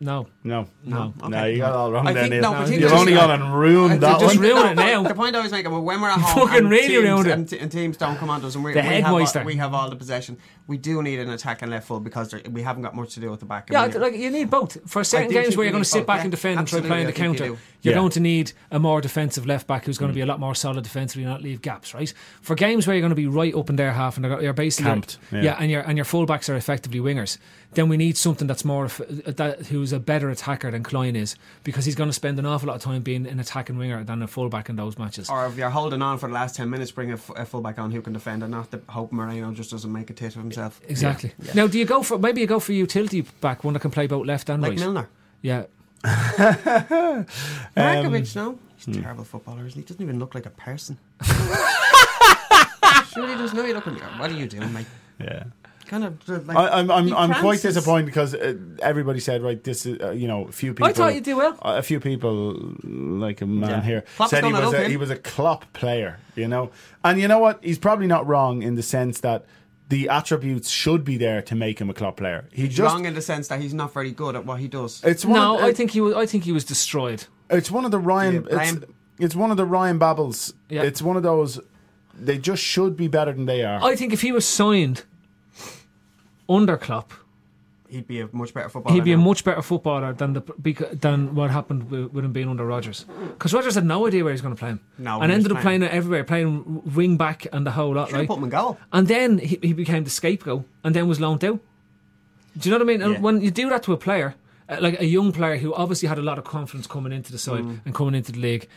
Speaker 9: No,
Speaker 6: No,
Speaker 9: No,
Speaker 6: no,
Speaker 8: okay.
Speaker 6: you got it all wrong.
Speaker 8: I
Speaker 6: there,
Speaker 8: think-
Speaker 6: Neil.
Speaker 8: no, particularly-
Speaker 6: You've only gone and ruined that
Speaker 9: just
Speaker 6: one.
Speaker 9: ruin
Speaker 6: [LAUGHS]
Speaker 9: it now.
Speaker 8: The point I always make about when we're at home,
Speaker 9: Fucking
Speaker 8: and,
Speaker 9: really
Speaker 8: teams,
Speaker 9: ruined it.
Speaker 8: and, t- and teams don't come onto us, and we,
Speaker 9: The
Speaker 8: we, have
Speaker 9: headmeister.
Speaker 8: all, we have all the possession. We do need an attacking left full because there- we haven't got much to do with the back. I
Speaker 9: Yeah,
Speaker 8: mean,
Speaker 9: like you need both for certain
Speaker 8: do
Speaker 9: games
Speaker 8: think
Speaker 9: where
Speaker 8: we
Speaker 9: you're going
Speaker 8: need
Speaker 9: to sit
Speaker 8: both,
Speaker 9: back
Speaker 8: yeah.
Speaker 9: and defend and try to
Speaker 8: Absolutely,
Speaker 9: play in
Speaker 8: I
Speaker 9: the
Speaker 8: think you
Speaker 9: counter.
Speaker 8: do.
Speaker 9: You're
Speaker 6: Yeah.
Speaker 9: going to need a more defensive left back who's going to be a lot more solid defensively and not leave gaps, right? For games where you're going to be right up in their half and they're- you're basically
Speaker 6: Camped,
Speaker 9: yeah.
Speaker 6: yeah.
Speaker 9: and your and your fullbacks are effectively wingers, then we need something that's more of- that who's a better attacker than Klein is because he's going to spend an awful lot of time being an attacking winger than a fullback in those matches.
Speaker 8: or if you're holding on for the last ten minutes, bring a, f- a fullback on who can defend, and not the hope Moreno just doesn't make a tit of himself.
Speaker 9: Exactly. Now, do you go for maybe you go for a utility back one that can play both left and
Speaker 8: Like
Speaker 9: right?
Speaker 8: Milner, [LAUGHS]
Speaker 9: Yeah. Um,
Speaker 8: Markovic. no,
Speaker 9: hmm.
Speaker 8: he's a terrible footballer. Isn't he? he doesn't even look like a person. [LAUGHS] Surely there's no. You look at me. What are you doing, mate?
Speaker 6: Yeah.
Speaker 8: Kind of. uh, Like,
Speaker 6: I, I'm I'm,
Speaker 8: he
Speaker 6: I'm quite
Speaker 8: prances.
Speaker 6: disappointed because uh, everybody said right this is uh, you know a few people uh,
Speaker 9: I thought you did well.
Speaker 6: a few people like a man
Speaker 8: Yeah.
Speaker 6: here
Speaker 8: Klopp's
Speaker 6: said he
Speaker 8: gonna
Speaker 6: was
Speaker 8: love
Speaker 6: a,
Speaker 8: him.
Speaker 6: he was a Klopp player you know and you know what he's probably not wrong in the sense that the attributes should be there to make him a Klopp player he just
Speaker 8: Wrong in the sense that he's not very good at what he does.
Speaker 6: it's one
Speaker 9: No,
Speaker 6: of, the-
Speaker 9: I think he was. I think he was destroyed.
Speaker 6: it's one of the
Speaker 8: Yeah,
Speaker 6: Ryan
Speaker 8: blame.
Speaker 6: it's, it's one of the Ryan Babbles
Speaker 9: Yeah.
Speaker 6: it's one of those they just should be better than they are
Speaker 9: I think if he was signed under Klopp,
Speaker 8: He'd be a much better footballer.
Speaker 9: he'd be a
Speaker 8: now.
Speaker 9: much better footballer than the beca- than what happened with, with him being under Rodgers. Because Rodgers had no idea where he was going to play him, and
Speaker 8: No, he was
Speaker 9: ended up playing
Speaker 8: playing-
Speaker 9: it everywhere, playing wing back and the whole lot.
Speaker 8: Should have
Speaker 9: Right?
Speaker 8: put him in goal.
Speaker 9: And then he, he became the scapegoat, and then was loaned out. Do you know what I mean?
Speaker 8: Yeah.
Speaker 9: And when you do that to a player, uh, like a young player who obviously had a lot of confidence coming into the side
Speaker 8: Mm.
Speaker 9: and coming into the league,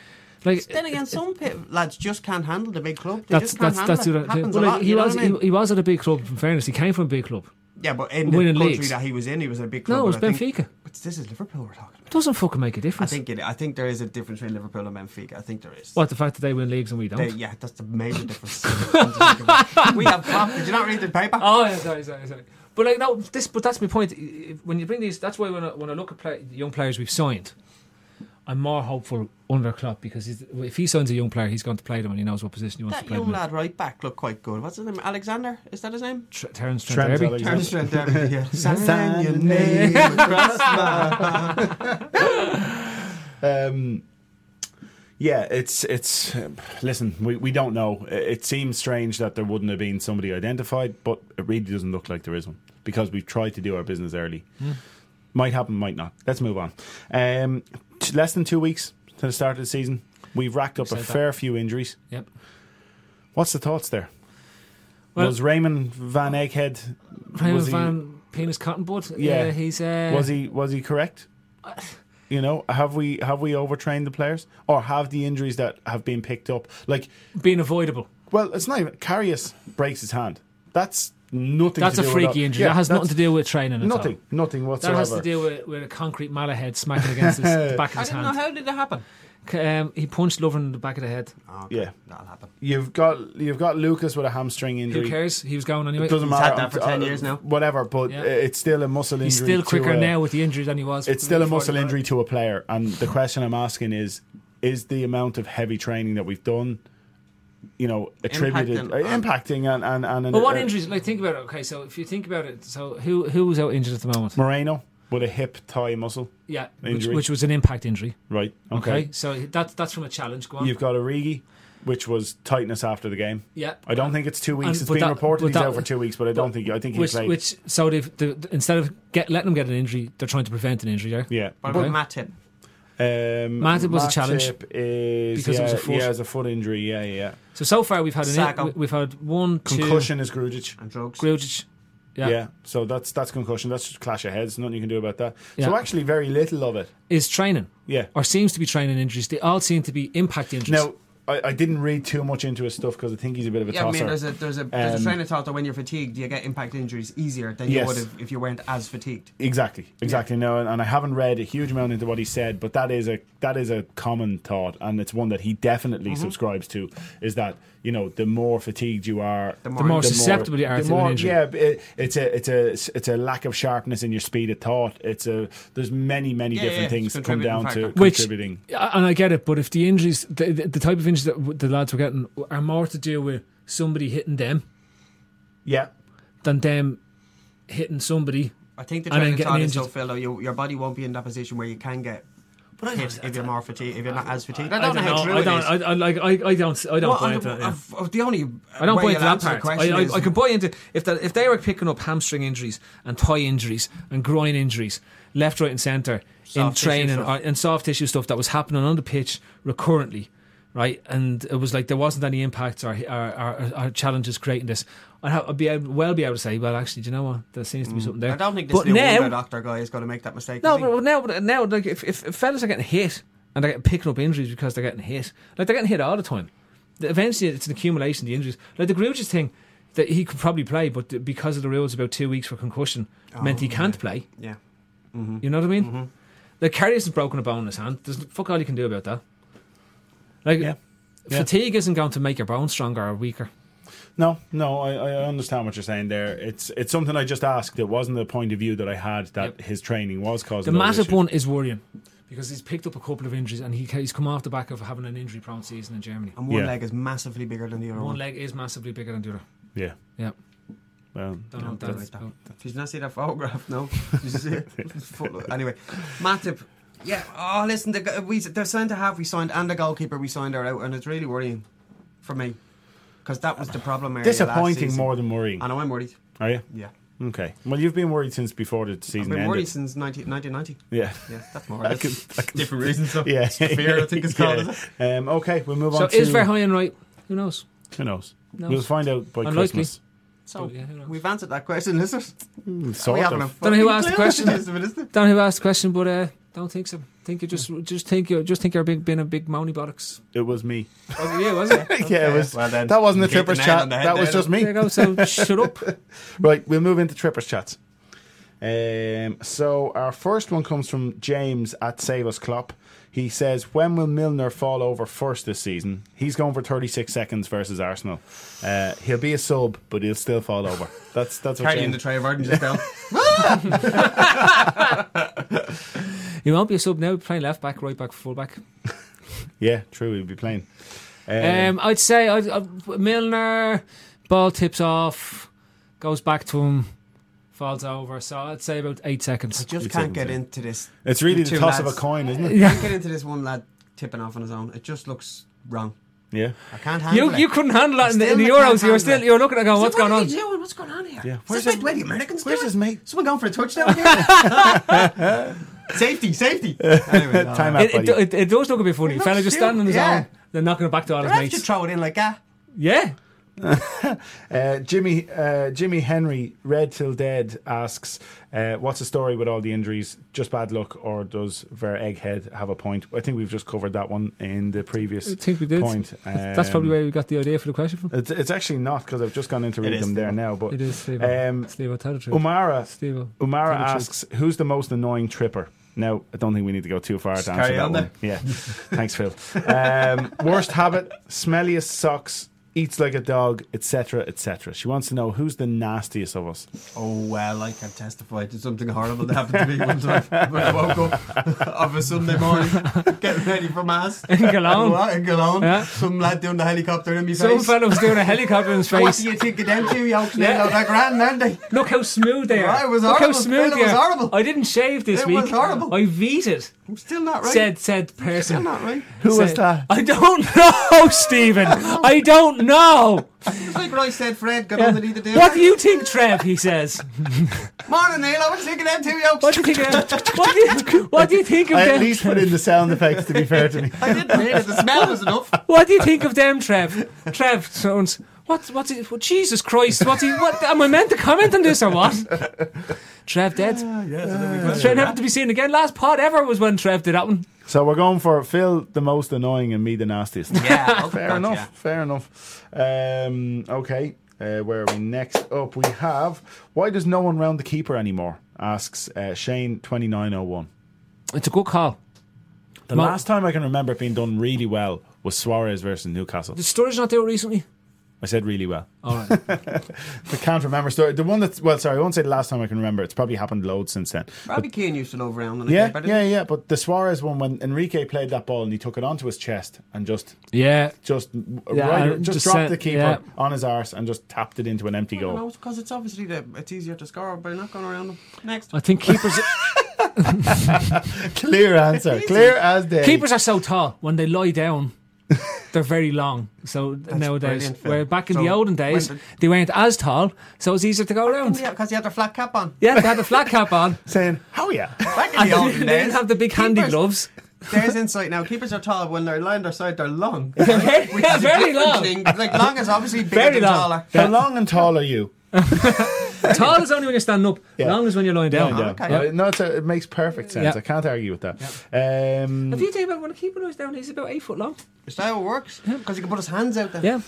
Speaker 9: like
Speaker 8: Then again, some pi lads just can't handle the big club. They
Speaker 9: that's
Speaker 8: just can't
Speaker 9: that's that's who
Speaker 8: handle
Speaker 9: that.
Speaker 8: it. Happens
Speaker 9: well,
Speaker 8: a
Speaker 9: like,
Speaker 8: lot.
Speaker 9: he
Speaker 8: you know
Speaker 9: was
Speaker 8: what I mean?
Speaker 9: he, he was at a big club. In fairness, he came from a big club.
Speaker 8: yeah, but in the
Speaker 9: winning
Speaker 8: country
Speaker 9: leagues.
Speaker 8: that he was in, he was a big club.
Speaker 9: No, it was
Speaker 8: but I think-
Speaker 9: Benfica.
Speaker 8: but this is Liverpool we're talking about.
Speaker 9: Doesn't fucking make a
Speaker 8: I
Speaker 9: difference.
Speaker 8: think it, I think there is a difference between Liverpool and Benfica. I think there is.
Speaker 9: What the fact that they win leagues and we don't?
Speaker 8: They- yeah, [LAUGHS] that's the major difference. we have Klopp. Did you not read the paper?
Speaker 9: Oh, yeah, sorry, sorry, sorry. But But like no, this but that's my point. If- When you bring these, that's why when I, when I look at play, the young players we've signed, I'm more hopeful under Klopp because he's, if he signs a young player, he's going to play them and he knows what position he wants to
Speaker 8: That
Speaker 9: play
Speaker 8: young
Speaker 9: them. in.
Speaker 8: lad right back looked quite good. What's his name? Alexander? Is that his name?
Speaker 9: Tr- Terence Trent,
Speaker 6: Trent
Speaker 9: D'Arby.
Speaker 6: Alexander.
Speaker 8: Terence Trent
Speaker 6: [LAUGHS]
Speaker 8: D'Arby, yeah.
Speaker 6: Sign your name
Speaker 8: across my-
Speaker 6: Um, yeah, it's it's. Listen, we, we don't know. It it seems strange that there wouldn't have been somebody identified, but it really doesn't look like there is one because we've tried to do our business early.
Speaker 9: Hmm.
Speaker 6: Might happen, might not. Let's move on. Um, t- less than two weeks to the start of the season, we've racked up a
Speaker 9: Said that.
Speaker 6: fair few injuries.
Speaker 9: Yep.
Speaker 6: What's the thoughts there?
Speaker 9: Well-
Speaker 6: was Raymond Van Egghead?
Speaker 9: Raymond
Speaker 6: was he-
Speaker 9: Van Penis Cottonwood.
Speaker 6: Yeah.
Speaker 9: Uh, he's uh,
Speaker 6: was he was he correct? You know, have we have we overtrained the players, or have the injuries that have been picked up? Like,
Speaker 9: being avoidable.
Speaker 6: well, it's not even Carius breaks his hand. That's nothing.
Speaker 9: That's
Speaker 6: to
Speaker 9: a
Speaker 6: do with
Speaker 9: freaky
Speaker 6: that.
Speaker 9: injury.
Speaker 6: Yeah,
Speaker 9: that has
Speaker 6: that's
Speaker 9: nothing to do with training. At
Speaker 6: Nothing,
Speaker 9: All.
Speaker 6: nothing
Speaker 9: That
Speaker 6: whatsoever.
Speaker 9: has to do with, with a concrete mallet head smacking against his, the back of
Speaker 8: I
Speaker 9: his
Speaker 8: don't know.
Speaker 9: hand.
Speaker 8: How did that happen? Oh,
Speaker 9: C- Um, he punched Lovren in the back of the head.
Speaker 6: Yeah,
Speaker 8: That'll happen.
Speaker 6: you've got you've got Lucas with a hamstring injury.
Speaker 9: Who cares? He was going anyway.
Speaker 6: It doesn't
Speaker 8: He's
Speaker 6: matter.
Speaker 8: had that for 10 years now.
Speaker 6: Whatever, but
Speaker 9: Yeah.
Speaker 6: it's still a muscle injury.
Speaker 9: He's still
Speaker 6: to
Speaker 9: quicker
Speaker 6: a-
Speaker 9: now with the injury than he was.
Speaker 6: It's still a
Speaker 9: before
Speaker 6: muscle
Speaker 9: the-
Speaker 6: injury to a player, and the question I'm asking is: Is the amount of heavy training that we've done, you know, attributed
Speaker 8: Impacting.
Speaker 6: uh, impacting and and and, and
Speaker 9: But what
Speaker 6: uh,
Speaker 9: injuries? Like think about it. Okay, so if you think about it, so who who was out injured at the moment?
Speaker 6: Moreno with a hip thigh muscle,
Speaker 9: Yeah, which,
Speaker 6: Injury.
Speaker 9: which was an impact injury.
Speaker 6: right?
Speaker 9: Okay, so that's that's from a challenge. Go on.
Speaker 6: you've got Origi, which was tightness after the game.
Speaker 9: Yeah.
Speaker 6: I don't think it's two weeks.
Speaker 9: And-
Speaker 6: it's
Speaker 9: but
Speaker 6: been
Speaker 9: that-
Speaker 6: reported
Speaker 9: but
Speaker 6: he's
Speaker 9: that-
Speaker 6: out for two weeks, but I don't think I think he
Speaker 9: which,
Speaker 6: played.
Speaker 9: which so they've, they instead of get letting him get an injury, they're trying to prevent an injury. Yeah.
Speaker 6: yeah,
Speaker 8: What
Speaker 9: Okay.
Speaker 8: about Matt Tip?
Speaker 6: Um,
Speaker 9: Matip was a challenge.
Speaker 6: Matip Is,
Speaker 9: Because it
Speaker 6: yeah,
Speaker 9: was a foot.
Speaker 6: yeah, it was a foot injury. Yeah, yeah. yeah.
Speaker 9: So so far we've had an,
Speaker 8: Sacco.
Speaker 9: we- we've had one two-
Speaker 6: Concussion is Grujic.
Speaker 8: And drugs.
Speaker 9: Grujic.
Speaker 6: Yeah.
Speaker 9: Yeah.
Speaker 6: so that's that's concussion. That's just clash of heads. Nothing you can do about that. So
Speaker 9: Yeah.
Speaker 6: actually, very little of it.
Speaker 9: is training
Speaker 6: Yeah.
Speaker 9: or seems to be training injuries. They all seem to be impact injuries.
Speaker 6: Now, I, I didn't read too much into his stuff because I think he's a bit of a
Speaker 8: Yeah, I
Speaker 6: tosser.
Speaker 8: mean, there's a there's a there's
Speaker 6: Um,
Speaker 8: a train of thought that when you're fatigued, you get impact injuries easier than
Speaker 6: Yes.
Speaker 8: you would have if you weren't as fatigued.
Speaker 6: Exactly, exactly. No, and, and I haven't read a huge amount into what he said, but that is a that is a common thought, and it's one that he definitely
Speaker 8: Mm-hmm.
Speaker 6: subscribes to. Is that you know the more fatigued you are, the
Speaker 8: more- The more
Speaker 9: susceptible you are
Speaker 6: the
Speaker 9: to an
Speaker 6: more-
Speaker 9: injury.
Speaker 6: Yeah, it, it's a it's a it's a lack of sharpness in your speed of thought. It's a there's many many
Speaker 8: Yeah,
Speaker 6: different
Speaker 8: yeah,
Speaker 6: things
Speaker 8: it's a
Speaker 6: come down
Speaker 8: contributing
Speaker 6: to
Speaker 8: factor.
Speaker 9: Which-
Speaker 6: contributing.
Speaker 9: Yeah, and I get it, but if the injuries, the, the, the type of injuries that w- the lads were getting are more to do with somebody hitting them
Speaker 6: Yeah,
Speaker 9: than them hitting somebody.
Speaker 8: I think the
Speaker 9: And
Speaker 8: train
Speaker 9: then
Speaker 8: of
Speaker 9: getting
Speaker 8: thought is so
Speaker 9: injured.
Speaker 8: Phil, though, you, your body won't be in that position where you can get
Speaker 9: But
Speaker 8: hit if you're more fatigued, if you're not as fatigued. I
Speaker 9: I
Speaker 8: don't, know how true
Speaker 9: I don't.
Speaker 8: it is.
Speaker 9: I, I like. I, I don't. I don't
Speaker 8: Well,
Speaker 9: buy
Speaker 8: I-
Speaker 9: into that. Yeah.
Speaker 8: I've- I've- the only
Speaker 9: I don't
Speaker 8: way
Speaker 9: buy into
Speaker 8: you'll
Speaker 9: that
Speaker 8: answer the
Speaker 9: part. I,
Speaker 8: question
Speaker 9: I,
Speaker 8: is-
Speaker 9: I could buy into if that if they were picking up hamstring injuries and thigh injuries and groin injuries, left, right, and centre in
Speaker 8: Soft tissue
Speaker 9: training
Speaker 8: stuff.
Speaker 9: or, and soft tissue stuff that was happening on the pitch recurrently, right? And it was like there wasn't any impacts or or, or, or challenges creating this. I'd, have, I'd be able, well be able to say, well, actually, do you know what? There seems to be something there.
Speaker 8: Mm. I don't think this
Speaker 9: but
Speaker 8: new
Speaker 9: now,
Speaker 8: now, doctor guy is going to make that mistake.
Speaker 9: no,
Speaker 8: is he?
Speaker 9: but now, but now, like if, if if fellas are getting hit and they're getting picking up injuries because they're getting hit, like they're getting hit all the time. The- Eventually, it's an accumulation of the injuries. Like the Grugic thing, that he could probably play, but th- because of the rules about two weeks for concussion, meant he can't play.
Speaker 8: Oh, yeah.
Speaker 9: You know what I mean? The Carrius has broken a bone in his hand. There's fuck all you can do about that. Like
Speaker 6: Yeah. Yeah.
Speaker 9: fatigue isn't going to make your bone stronger or weaker.
Speaker 6: No, no, I, I understand what you're saying there. It's it's something I just asked. It wasn't the point of view that I had that his training was
Speaker 9: The
Speaker 6: causing. those
Speaker 9: massive
Speaker 6: issues.
Speaker 9: one is worrying because he's picked up a couple of injuries and he, ca- he's come off the back of having an injury-prone season in Germany.
Speaker 8: And one
Speaker 6: Yeah.
Speaker 8: leg is massively bigger than the other
Speaker 9: One
Speaker 8: one.
Speaker 9: leg is massively bigger than the other.
Speaker 6: Yeah.
Speaker 9: Yeah.
Speaker 6: Well,
Speaker 9: Don't know what
Speaker 8: Don't
Speaker 9: that's
Speaker 8: like that.
Speaker 9: about.
Speaker 8: Did you not see that photograph? No. Did you see it?
Speaker 6: [LAUGHS]
Speaker 8: Full- anyway, Matip. Yeah. Oh, listen. The, g- we the centre half we signed and the goalkeeper we signed are out, and it's really worrying for me because that was the problem. Area last
Speaker 6: disappointing
Speaker 8: season.
Speaker 6: more than worrying.
Speaker 8: And I'm worried.
Speaker 6: Are you?
Speaker 8: Yeah.
Speaker 6: Okay. Well, you've been worried since before the season
Speaker 8: I've been
Speaker 6: ended.
Speaker 8: worried since 19, 1990.
Speaker 6: yeah. [LAUGHS]
Speaker 8: Yeah, that's more.
Speaker 6: I
Speaker 8: That's
Speaker 6: can- I can-
Speaker 8: different reasons. Though.
Speaker 6: Yeah.
Speaker 8: It's the fear. I think it's
Speaker 6: [LAUGHS]
Speaker 8: called.
Speaker 6: Yeah.
Speaker 8: Is it?
Speaker 6: Um, okay, we'll move
Speaker 9: So
Speaker 6: on to.
Speaker 9: is Verheyen right? Who knows?
Speaker 6: Who knows?
Speaker 9: No.
Speaker 6: We'll find out by
Speaker 9: Unlikely.
Speaker 6: Christmas.
Speaker 8: So
Speaker 9: Yeah, who knows?
Speaker 8: we've answered that question, listeners.
Speaker 6: Sort
Speaker 8: Oh, we
Speaker 6: of.
Speaker 8: haven't a
Speaker 9: Don't know who asked the
Speaker 8: fucking
Speaker 9: question.
Speaker 8: clue. It's a bit, isn't it?
Speaker 9: Don't know who asked the question, but uh, don't think so. Think you just just think you just think you're being, being a big moany bollocks.
Speaker 6: It was me.
Speaker 9: Was it you? Was
Speaker 8: [LAUGHS]
Speaker 9: it?
Speaker 6: yeah, it was.
Speaker 8: Well then,
Speaker 6: that wasn't the
Speaker 8: you hit the
Speaker 6: trippers
Speaker 8: nail
Speaker 6: chat.
Speaker 8: on the head
Speaker 6: That
Speaker 8: there,
Speaker 6: was just me.
Speaker 9: There you go. So shut up.
Speaker 6: Right, we'll move into trippers chats. Um, so our first one comes from James at Save Us Klopp. He says, "When will Milner fall over first this season? He's going for 36 seconds versus Arsenal. Uh, he'll be a sub, but he'll still fall over. That's that's what
Speaker 8: Cardi in
Speaker 6: James,
Speaker 8: the tray of Arden
Speaker 9: [LAUGHS]
Speaker 8: just down.
Speaker 9: He won't be a sub now. Playing left back, right back, full back.
Speaker 6: Yeah, true. He'll be playing.
Speaker 9: Um, I'd say I'd, i Milner ball tips off, goes back to him, falls over. So I'd say about eight seconds.
Speaker 8: Just
Speaker 6: It's
Speaker 8: can't get
Speaker 6: insane.
Speaker 8: into this.
Speaker 6: it's really
Speaker 8: two
Speaker 6: the toss of
Speaker 8: lads.
Speaker 6: a coin, isn't it?
Speaker 9: [LAUGHS]
Speaker 8: Can't get into this one lad tipping off on his own. It just looks wrong.
Speaker 6: Yeah.
Speaker 8: I can't handle
Speaker 9: You
Speaker 8: it.
Speaker 9: you couldn't handle that in the,
Speaker 8: Still
Speaker 9: in the
Speaker 8: I
Speaker 9: Euros. You
Speaker 8: can't
Speaker 9: were
Speaker 8: handle
Speaker 9: still
Speaker 8: it.
Speaker 9: you were looking at going, what's
Speaker 8: So what
Speaker 9: going
Speaker 8: are
Speaker 9: on?
Speaker 8: they doing? What's going on here?
Speaker 6: Yeah.
Speaker 8: Is
Speaker 6: Where's
Speaker 8: this
Speaker 6: his-
Speaker 8: the way the Americans
Speaker 6: where's
Speaker 8: do it?
Speaker 6: his mate?
Speaker 8: Someone going for
Speaker 6: [LAUGHS]
Speaker 8: a touchdown here? safety, safety. Anyway, no.
Speaker 6: Time out,
Speaker 9: It, it,
Speaker 6: buddy.
Speaker 9: it, it does look a bit funny.
Speaker 8: It
Speaker 9: Fella
Speaker 8: looks
Speaker 9: just
Speaker 8: cute,
Speaker 9: standing on his
Speaker 8: yeah.
Speaker 9: own, then knocking it back to all
Speaker 8: The
Speaker 9: his
Speaker 8: ref should
Speaker 9: mates.
Speaker 8: throw it in like that.
Speaker 9: Yeah.
Speaker 6: Uh, Jimmy uh, Jimmy Henry, Red Till Dead, asks, uh, "What's the story with all the injuries? Just bad luck, or does Ver Egghead have a point?" I think we've just covered that one in the previous
Speaker 9: I think we did.
Speaker 6: point.
Speaker 9: [LAUGHS] That's
Speaker 6: Um,
Speaker 9: probably where we got the idea for the question from.
Speaker 6: it's, it's actually not because I've just gone in to read
Speaker 8: is,
Speaker 6: them there now. But
Speaker 9: It is Steve.
Speaker 6: um,
Speaker 9: Steve, I tell the truth.
Speaker 6: Umara
Speaker 9: Steve-o.
Speaker 6: Umara
Speaker 9: Tell the truth.
Speaker 6: asks, "Who's the most annoying tripper?" Now, I don't think we need to go too far to answer
Speaker 8: carry
Speaker 6: that
Speaker 8: on
Speaker 6: one. Yeah, thanks, Phil. Um, worst habit, smelliest socks, eats like a dog, etc., etc. She wants to know who's the nastiest of us.
Speaker 8: Oh well, I can testify to something horrible that happened to me one time when I woke up [LAUGHS] of a Sunday morning, [LAUGHS] getting ready for mass
Speaker 9: [LAUGHS] In Cologne.
Speaker 8: What, in Cologne,
Speaker 9: Yeah.
Speaker 8: some lad doing the helicopter in my
Speaker 9: Some
Speaker 8: face.
Speaker 9: fella was doing a helicopter in his
Speaker 8: [LAUGHS] What do
Speaker 9: face.
Speaker 8: you think of them two yokes?
Speaker 9: Yeah.
Speaker 8: They look like ran, aren't they?
Speaker 9: Look how smooth they are.
Speaker 8: Right, it was
Speaker 9: Look
Speaker 8: horrible.
Speaker 9: how smooth
Speaker 8: Phil, it
Speaker 9: they
Speaker 8: was
Speaker 9: are.
Speaker 8: horrible.
Speaker 9: I didn't shave this
Speaker 8: It
Speaker 9: week.
Speaker 8: was horrible.
Speaker 9: I vetoed.
Speaker 8: I'm still not right.
Speaker 9: Said said
Speaker 8: still
Speaker 9: person.
Speaker 8: not right.
Speaker 6: Who was
Speaker 9: Said-
Speaker 6: that?
Speaker 9: I [LAUGHS] don't know, Stephen. I don't know.
Speaker 8: It's like when I said Fred got underneath the deal.
Speaker 9: What do you think, Trev? He says.
Speaker 8: [LAUGHS] Morning, Neil. I was thinking them two yokes.
Speaker 9: What do you think? Of, what, do you, what do you think of
Speaker 6: I at
Speaker 9: them?
Speaker 6: least put in the sound effects to be fair
Speaker 9: [LAUGHS]
Speaker 6: to me.
Speaker 8: I didn't hear it. The smell was enough.
Speaker 9: What do you think of them, Trev? Trev sounds. What? What's it? Well, Jesus Christ! What's he? What? Am I meant to comment on this or what? Trev dead. Trev never to be seen again. Last pod ever was when Trev did that one.
Speaker 6: So we're going for Phil the most annoying and me the nastiest.
Speaker 9: [LAUGHS]
Speaker 8: Yeah,
Speaker 6: fair enough. Fair enough. Um, okay, uh, where are we next up? We have why does no one round the keeper anymore? Asks uh, Shane twenty nine oh one.
Speaker 9: It's a good call.
Speaker 6: The
Speaker 9: Mo-
Speaker 6: last time I can remember it being done really well was Suarez versus Newcastle.
Speaker 9: The storage not there recently.
Speaker 6: I said really well.
Speaker 9: All right.
Speaker 6: I can't remember. So the one that's well, sorry, I won't say the last time I can remember. It's probably happened loads since then.
Speaker 8: Robbie Keane used to love around. when I
Speaker 6: Yeah,
Speaker 8: came, but
Speaker 6: yeah, yeah. But the Suarez one when Enrique played that ball and he took it onto his chest and just
Speaker 9: Yeah.
Speaker 6: just
Speaker 9: Yeah,
Speaker 6: right-
Speaker 9: I
Speaker 6: just,
Speaker 9: just
Speaker 6: dropped
Speaker 9: said-
Speaker 6: the keeper
Speaker 9: yeah.
Speaker 6: on his arse and just tapped it into an empty
Speaker 8: I don't know,
Speaker 6: goal.
Speaker 8: it's because it's obviously that it's easier to score by not going around them. Next.
Speaker 9: I think keepers
Speaker 6: Clear answer, clear as day.
Speaker 9: keepers are so tall when they lie [LAUGHS] down. They're very long. So nowadays,
Speaker 8: brilliant, Phil.
Speaker 9: where back in the
Speaker 8: So
Speaker 9: olden days,
Speaker 8: when
Speaker 9: they weren't as tall, so it's easier to go around.
Speaker 8: Yeah, because he had the flat cap on.
Speaker 9: Yeah, they had the flat cap on.
Speaker 6: saying, "How yeah?"
Speaker 8: [LAUGHS] Back in
Speaker 9: And
Speaker 8: the olden
Speaker 9: they didn't
Speaker 8: days.
Speaker 9: have the big handy
Speaker 8: Keepers-
Speaker 9: gloves. [LAUGHS]
Speaker 8: There's insight now. Keepers are tall when they're lying their side, they're long.
Speaker 9: They're [LAUGHS] very,
Speaker 8: Which
Speaker 9: yeah,
Speaker 8: is a
Speaker 9: very
Speaker 8: different
Speaker 9: long.
Speaker 8: thing. Like long is obviously bigger
Speaker 9: Very
Speaker 8: than
Speaker 9: long.
Speaker 8: taller.
Speaker 6: How
Speaker 8: [LAUGHS]
Speaker 6: long and tall are you?
Speaker 9: Tall is only when you're standing up.
Speaker 6: Yeah.
Speaker 9: Long is when you're lying down.
Speaker 6: Yeah.
Speaker 8: okay.
Speaker 6: Uh, No, it's a, it makes perfect sense.
Speaker 9: Yeah.
Speaker 6: I can't argue with that. Um,
Speaker 9: If you think about when a keeper lies down, he's about eight foot long.
Speaker 8: Is that how it works? Because he can put his hands out there.
Speaker 9: Yeah.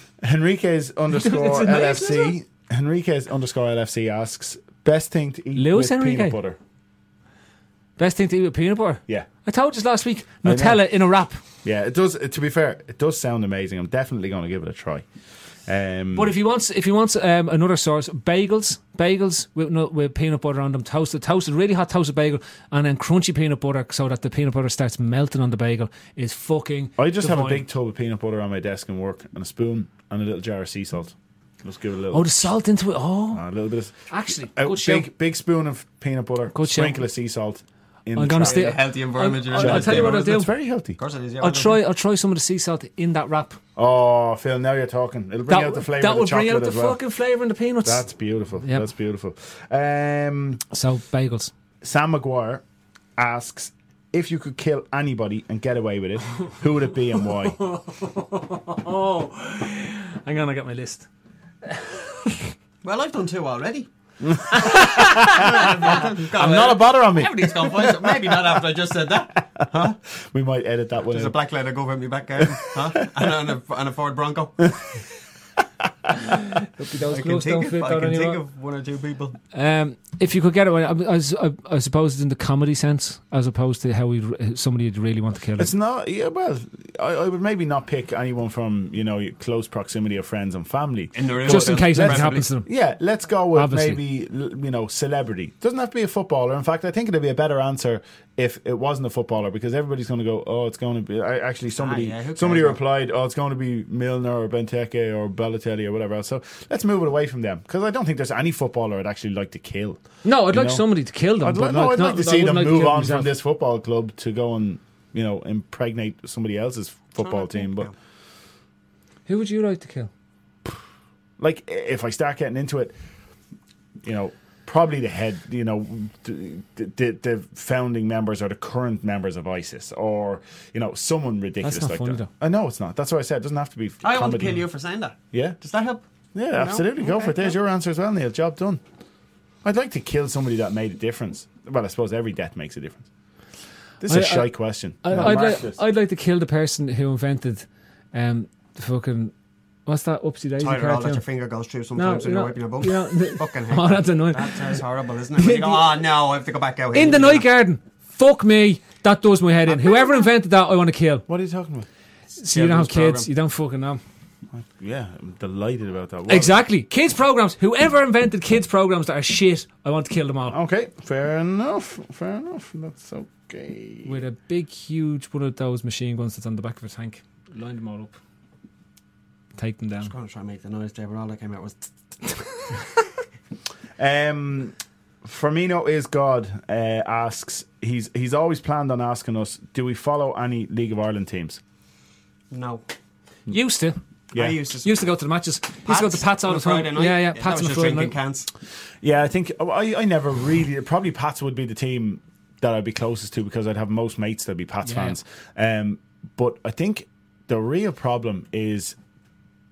Speaker 9: [LAUGHS]
Speaker 6: Henriquez
Speaker 9: It's
Speaker 6: underscore
Speaker 9: a nice
Speaker 6: LFC. Henriquez underscore LFC asks best thing to eat
Speaker 9: Lewis
Speaker 6: with
Speaker 9: Enrique.
Speaker 6: peanut butter.
Speaker 9: Best thing to eat with peanut butter.
Speaker 6: Yeah,
Speaker 9: I told you last week,
Speaker 6: know.
Speaker 9: Nutella in a wrap.
Speaker 6: yeah. It does. To be fair, it does sound amazing. I'm definitely going to give it a try. Um,
Speaker 9: But if he wants, if he wants um, another source, bagels, bagels with nu- with peanut butter on them, toasted, toasted, really hot toasted bagel, and then crunchy peanut butter, so that the peanut butter starts melting on the bagel, is fucking.
Speaker 6: I just have a
Speaker 9: divine.
Speaker 6: big tub of peanut butter on my desk and work, and a spoon and a little jar of sea salt. Let's give it a little. Ah,
Speaker 9: Oh, the salt into it. Oh,
Speaker 6: a little bit of
Speaker 9: actually,
Speaker 6: a
Speaker 9: good show.
Speaker 6: big, big spoon of peanut butter,
Speaker 9: Good show.
Speaker 6: sprinkle of sea salt. In
Speaker 9: I'm
Speaker 6: the
Speaker 9: gonna
Speaker 6: tray.
Speaker 9: stay.
Speaker 8: A healthy environment.
Speaker 9: I'll- I'll tell you what I'll do.
Speaker 6: It's very healthy.
Speaker 8: Of course it is. Yeah,
Speaker 9: I'll
Speaker 8: well,
Speaker 9: try. I'll try some of the sea salt in that wrap.
Speaker 6: Oh, Phil, now you're talking. It'll bring
Speaker 9: that
Speaker 6: out the flavour.
Speaker 9: that
Speaker 6: of the
Speaker 9: will bring out
Speaker 6: chocolate
Speaker 9: the
Speaker 6: as well.
Speaker 9: fucking flavour in the peanuts.
Speaker 6: That's beautiful.
Speaker 9: Yep.
Speaker 6: That's beautiful. Um,
Speaker 9: so bagels.
Speaker 6: Sam McGuire asks if you could kill anybody and get away with
Speaker 8: [LAUGHS]
Speaker 6: it, who would it be and why?
Speaker 9: Oh, I'm gonna get my list.
Speaker 8: Well, I've done
Speaker 9: [LAUGHS]
Speaker 8: two already.
Speaker 6: I'm not a bother on me.
Speaker 8: Everybody's gone for it. Maybe not after I just
Speaker 6: [LAUGHS]
Speaker 8: said that.
Speaker 6: We might edit that one.
Speaker 8: There's a
Speaker 9: [LAUGHS]
Speaker 6: in.
Speaker 8: black leather go over me back garden, huh? And, and, a, and a Ford Bronco.
Speaker 9: Hopefully those
Speaker 8: I can,
Speaker 9: gloves don't
Speaker 8: think of,
Speaker 9: fit
Speaker 8: I
Speaker 9: out
Speaker 8: can
Speaker 9: anymore.
Speaker 8: think of one or two people.
Speaker 9: Um, if you could get it, I, I, I, I suppose it's in the comedy sense, as opposed to how we somebody would really want to kill it.
Speaker 6: It's not. Yeah, well, I, I would maybe not pick anyone from you know your close proximity of friends and family.
Speaker 8: In the real
Speaker 9: Just in
Speaker 8: world,
Speaker 9: case anything
Speaker 8: preferably.
Speaker 9: happens to them.
Speaker 6: Yeah, let's go with
Speaker 9: Obviously.
Speaker 6: maybe l- you know celebrity. Doesn't have to be a footballer. In fact, I think it'd be a better answer if it wasn't a footballer because everybody's going to go, oh, it's going to be. I, actually, somebody
Speaker 8: Ah, yeah, who
Speaker 6: somebody
Speaker 8: cares?
Speaker 6: replied, oh, it's going to be Milner or Benteke or Balotelli or whatever else. So let's move it away from them because I don't think there's any footballer I'd actually like to kill.
Speaker 9: No, I'd
Speaker 6: You
Speaker 9: like
Speaker 6: know?
Speaker 9: somebody to kill them.
Speaker 6: I'd,
Speaker 9: but
Speaker 6: li- no,
Speaker 9: not-
Speaker 6: I'd like
Speaker 9: not-
Speaker 6: to
Speaker 9: I
Speaker 6: see
Speaker 9: wouldn't
Speaker 6: them
Speaker 9: like to
Speaker 6: move
Speaker 9: kill
Speaker 6: on
Speaker 9: myself.
Speaker 6: from this football club to go and you know impregnate somebody else's football team. But
Speaker 9: Who would you like to kill?
Speaker 6: like, i- if I start getting into it, you know, probably the head, you know, the, the, the founding members or the current members of ISIS or you know someone ridiculous
Speaker 9: not
Speaker 6: like
Speaker 9: funny,
Speaker 6: that.
Speaker 9: though.
Speaker 6: I know it's not. That's why I said it doesn't have to be.
Speaker 8: I want to
Speaker 6: comedy.
Speaker 8: kill you for saying that.
Speaker 6: Yeah.
Speaker 8: Does that help?
Speaker 6: Yeah,
Speaker 8: No?
Speaker 6: absolutely. Go
Speaker 8: Okay,
Speaker 6: for it. There's your answer as well, Neil. Job done. I'd like to kill somebody that made a difference. Well, I suppose every death makes a difference. This is a
Speaker 9: I-
Speaker 6: shy
Speaker 9: I-
Speaker 6: question.
Speaker 9: I,
Speaker 6: No,
Speaker 9: I'd,
Speaker 6: mark
Speaker 9: like,
Speaker 6: this.
Speaker 9: I'd like to kill the person who invented um, the fucking. What's that upsy daisy
Speaker 8: Tyler, all that
Speaker 9: cartoon?
Speaker 8: your finger goes through sometimes
Speaker 9: No,
Speaker 8: when you're
Speaker 9: no,
Speaker 8: wiping your bum.
Speaker 9: no, the- [LAUGHS]
Speaker 8: Fucking
Speaker 9: Oh,
Speaker 8: hell.
Speaker 9: that's annoying.
Speaker 8: That sounds horrible, isn't
Speaker 9: [LAUGHS]
Speaker 8: it? When you go, oh no, I have to go back out here.
Speaker 9: In the
Speaker 8: and do
Speaker 9: night
Speaker 8: that."
Speaker 9: garden. Fuck me. That does my head in. Whoever invented that, I want to kill.
Speaker 6: what are you talking about?
Speaker 9: So you don't have kids.
Speaker 8: Children's program.
Speaker 9: You don't fucking know.
Speaker 6: Yeah, I'm delighted about that. Wow.
Speaker 9: Exactly. Kids programs. Whoever invented kids programs that are shit, I want to kill them all.
Speaker 6: Okay, fair enough. Fair enough. That's okay.
Speaker 9: With a big, huge one of those machine guns that's on the back of a tank. Line them all up. Take them down.
Speaker 8: I'm going to try and make the noise there, but all that came out was.
Speaker 6: Um, Firmino is God uh, asks. He's he's always planned on asking us, do we follow any League of Ireland teams?
Speaker 8: No.
Speaker 9: Used to.
Speaker 8: I used to.
Speaker 9: Used to go to the matches. Used to go to Pats all
Speaker 8: on
Speaker 9: the
Speaker 8: a
Speaker 9: time.
Speaker 8: Friday night.
Speaker 9: Yeah, yeah.
Speaker 8: that
Speaker 9: Pats on
Speaker 8: was
Speaker 9: a
Speaker 8: just
Speaker 9: Friday
Speaker 8: drinking
Speaker 9: night.
Speaker 8: cans.
Speaker 6: Yeah, I think oh, I, I [SIGHS] never really. Probably Pats would be the team that I'd be closest to because I'd have most mates that'd be Pats
Speaker 9: Yeah.
Speaker 6: fans. Um, but I think the real problem is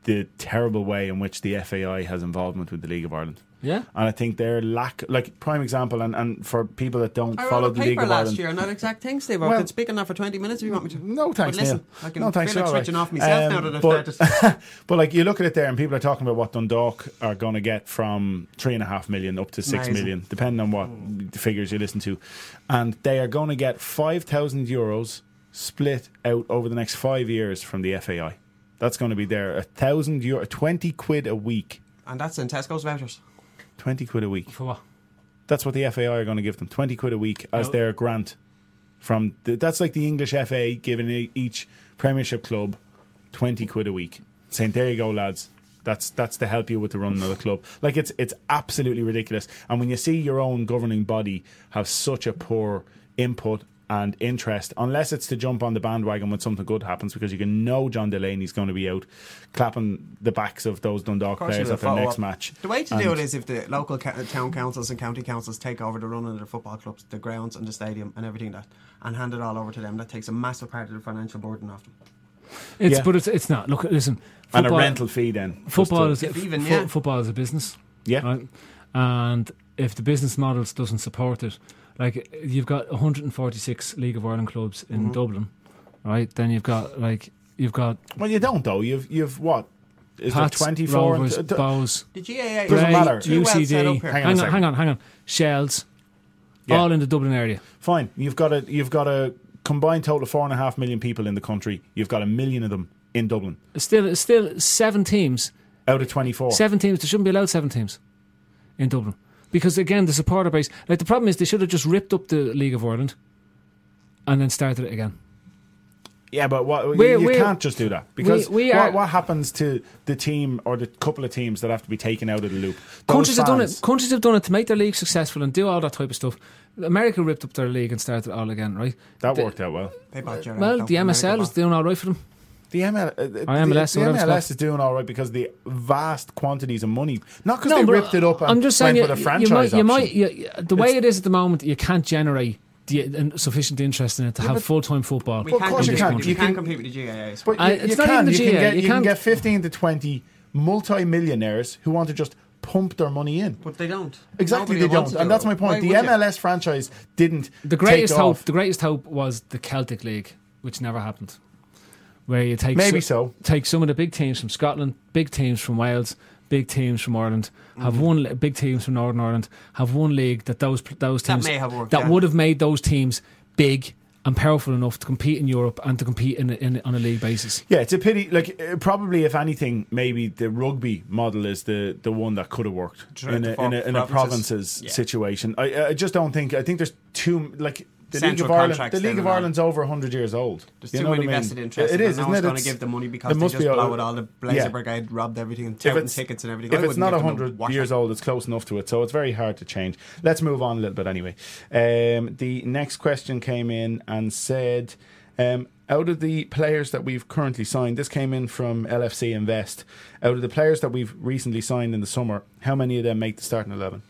Speaker 6: the terrible way in which the FAI has involvement with the League of Ireland.
Speaker 9: Yeah.
Speaker 6: And I think their lack, like prime example, and, and for people that don't
Speaker 8: I
Speaker 6: follow
Speaker 8: wrote a
Speaker 6: the League
Speaker 8: paper
Speaker 6: of
Speaker 8: last
Speaker 6: Ireland,
Speaker 8: year on that exact thing, Steve. I've
Speaker 6: Well-
Speaker 8: been speaking now for 20 minutes if you want me to.
Speaker 6: no thanks,
Speaker 8: But listen,
Speaker 6: Neil.
Speaker 8: I can
Speaker 6: no thanks,
Speaker 8: feel
Speaker 6: you're
Speaker 8: like
Speaker 6: all right.
Speaker 8: switching off myself now that I've
Speaker 6: but,
Speaker 8: started.
Speaker 6: but like you look at it there, and people are talking about what Dundalk are going to get from three and a half million up to six million,
Speaker 8: Amazing.
Speaker 6: depending on what figures you listen to, and they are going to get five thousand euros split out over the next five years from the FAI. That's going to be there a thousand euro, twenty quid a week,
Speaker 8: And that's in Tesco's vouchers.
Speaker 6: twenty quid a week.
Speaker 9: For what?
Speaker 6: That's what the FAI are going to give them 20 quid a week as their grant from the, that's like the English FA giving e- each premiership club 20 quid a week saying there you go lads that's that's to help you with the running of the club like it's it's absolutely ridiculous and when you see your own governing body have such a poor input and interest unless it's to jump on the bandwagon when something good happens because you can know John Delaney's going to be out clapping the backs of those Dundalk
Speaker 8: Of course
Speaker 6: players
Speaker 8: you'll
Speaker 6: at their
Speaker 8: follow
Speaker 6: next
Speaker 8: up.
Speaker 6: match
Speaker 8: The way to
Speaker 6: And-
Speaker 8: do it is if the local ca- uh, town councils and county councils take over the running of the football clubs, the grounds and the stadium and everything that, and hand it all over to them. That takes a massive part of the financial burden off them.
Speaker 9: It's
Speaker 6: Yeah.
Speaker 9: but it's it's not. Look, listen.
Speaker 6: and a
Speaker 9: football-
Speaker 6: rental fee then just
Speaker 9: Football
Speaker 6: to-
Speaker 9: is
Speaker 8: If even,
Speaker 9: fo-
Speaker 8: yeah.
Speaker 9: football is a business.
Speaker 6: Yeah.
Speaker 9: Right? And if the business models doesn't support it, like you've got 146 League of Ireland clubs in
Speaker 6: Mm-hmm.
Speaker 9: Dublin, right? Then you've got like you've got
Speaker 6: Well, you don't though. You've you've what? Is
Speaker 9: Pats,
Speaker 6: there twenty four?
Speaker 9: Rovers,
Speaker 6: And, uh,
Speaker 9: Bows,
Speaker 8: The GAA
Speaker 6: Doesn't
Speaker 9: Bray,
Speaker 6: matter.
Speaker 8: Too well
Speaker 9: UCD.
Speaker 8: set up here.
Speaker 6: Hang
Speaker 9: hang
Speaker 6: on a
Speaker 9: on,
Speaker 6: second.
Speaker 9: hang on, hang on. Shells,
Speaker 6: Yeah.
Speaker 9: all in the Dublin area.
Speaker 6: fine. You've got a you've got a combined total of four and a half million people in the country. You've got a million of them in Dublin
Speaker 9: Still, still seven teams.
Speaker 6: out of twenty four.
Speaker 9: Seven teams. There shouldn't be allowed seven teams in Dublin because again, the supporter base. Like the problem is, they should have just ripped up the League of Ireland and then started it again.
Speaker 6: Yeah, but what,
Speaker 9: We're-
Speaker 6: you
Speaker 9: we're-
Speaker 6: can't just do that because
Speaker 9: we
Speaker 6: what,
Speaker 9: are-
Speaker 6: what happens to the team or the couple of teams that have to be taken out of the loop? Those
Speaker 9: Countries have done
Speaker 6: fans-
Speaker 9: it. Countries have done it to make their league successful and do all that type of stuff. America ripped up their league and started it all again, right?
Speaker 6: That
Speaker 9: The-
Speaker 6: worked out well.
Speaker 8: They bought Gerrard
Speaker 9: Well,
Speaker 8: out
Speaker 9: the
Speaker 8: from
Speaker 9: MSL
Speaker 8: America
Speaker 9: is doing all right for them.
Speaker 6: The ML, uh, the,
Speaker 9: MLS,
Speaker 6: the
Speaker 9: whatever it's
Speaker 6: MLS
Speaker 9: called.
Speaker 6: is doing all right because of the vast quantities of money. Not because they
Speaker 9: but
Speaker 6: ripped it up and
Speaker 9: I'm just saying,
Speaker 6: went
Speaker 9: you,
Speaker 6: for the
Speaker 9: you
Speaker 6: franchise
Speaker 9: might, you
Speaker 6: option.
Speaker 9: might, you- you- Uh, the way it is at the moment, you can't generate the, uh, sufficient interest in it to have full time football.
Speaker 8: We
Speaker 6: Well, of
Speaker 8: can't
Speaker 6: course
Speaker 9: in
Speaker 6: you
Speaker 9: this
Speaker 8: compete-
Speaker 6: can.
Speaker 9: country.
Speaker 8: You
Speaker 6: You can-
Speaker 8: can't compete with the GAA.
Speaker 6: But you,
Speaker 9: I-
Speaker 6: you
Speaker 9: it's not
Speaker 6: can.
Speaker 9: even the
Speaker 6: you can
Speaker 9: GA,
Speaker 6: get
Speaker 9: you
Speaker 6: you can
Speaker 9: can't-
Speaker 6: get fifteen to twenty multi-millionaires who want to just pump their money in.
Speaker 8: But they don't.
Speaker 6: Exactly,
Speaker 8: Nobody
Speaker 6: they
Speaker 8: wants
Speaker 6: don't,
Speaker 8: to
Speaker 6: and
Speaker 8: do
Speaker 6: that's
Speaker 8: it.
Speaker 6: my
Speaker 8: Why
Speaker 6: point. The
Speaker 8: would you?
Speaker 6: MLS franchise didn't.
Speaker 9: The greatest
Speaker 6: take
Speaker 9: hope,
Speaker 6: off.
Speaker 9: the greatest hope was the Celtic League, which never happened. Where you take
Speaker 6: Maybe
Speaker 9: so-
Speaker 6: so.
Speaker 9: take some of the big teams from Scotland, big teams from Wales, big teams from Ireland
Speaker 6: Mm.
Speaker 9: have one le- big teams from Northern Ireland have one league that those pl- those
Speaker 8: That
Speaker 9: teams
Speaker 8: may have worked,
Speaker 9: that
Speaker 8: yeah.
Speaker 9: would have made those teams big and powerful enough to compete in Europe and to compete in, in on a league basis.
Speaker 6: Yeah, it's a pity. Like uh, probably, if anything, maybe the rugby model is the, the one that could have worked
Speaker 8: True,
Speaker 6: in a,
Speaker 8: for
Speaker 6: in a, in a
Speaker 8: provinces.
Speaker 6: provinces
Speaker 8: Yeah.
Speaker 6: situation. I I just don't think. I think there's too like the League
Speaker 8: Central
Speaker 6: of Ireland.
Speaker 8: contracts
Speaker 6: The
Speaker 8: then
Speaker 6: League of
Speaker 8: and all.
Speaker 6: Ireland's over hundred years old.
Speaker 8: There's
Speaker 6: You
Speaker 8: too
Speaker 6: know
Speaker 8: many
Speaker 6: what I mean?
Speaker 8: vested interests.
Speaker 6: It is,
Speaker 8: and
Speaker 6: isn't
Speaker 8: no
Speaker 6: it?
Speaker 8: going to
Speaker 6: It's-
Speaker 8: give the money because
Speaker 6: there
Speaker 8: they
Speaker 6: must
Speaker 8: just
Speaker 6: be a-
Speaker 8: blow it all. The Blazer
Speaker 6: Yeah.
Speaker 8: Brigade robbed everything, and
Speaker 6: If
Speaker 8: touting
Speaker 6: it's-
Speaker 8: tickets and everything.
Speaker 6: If
Speaker 8: I
Speaker 6: it's
Speaker 8: wouldn't
Speaker 6: not
Speaker 8: give them a
Speaker 6: 100
Speaker 8: whack.
Speaker 6: years old, it's close enough to it, so it's very hard to change. Let's move on a little bit anyway. Um, the next question came in and said, um, out of the players that we've currently signed, this came in from LFC Invest. Out of the players that we've recently signed in the summer, how many of them make the starting 11?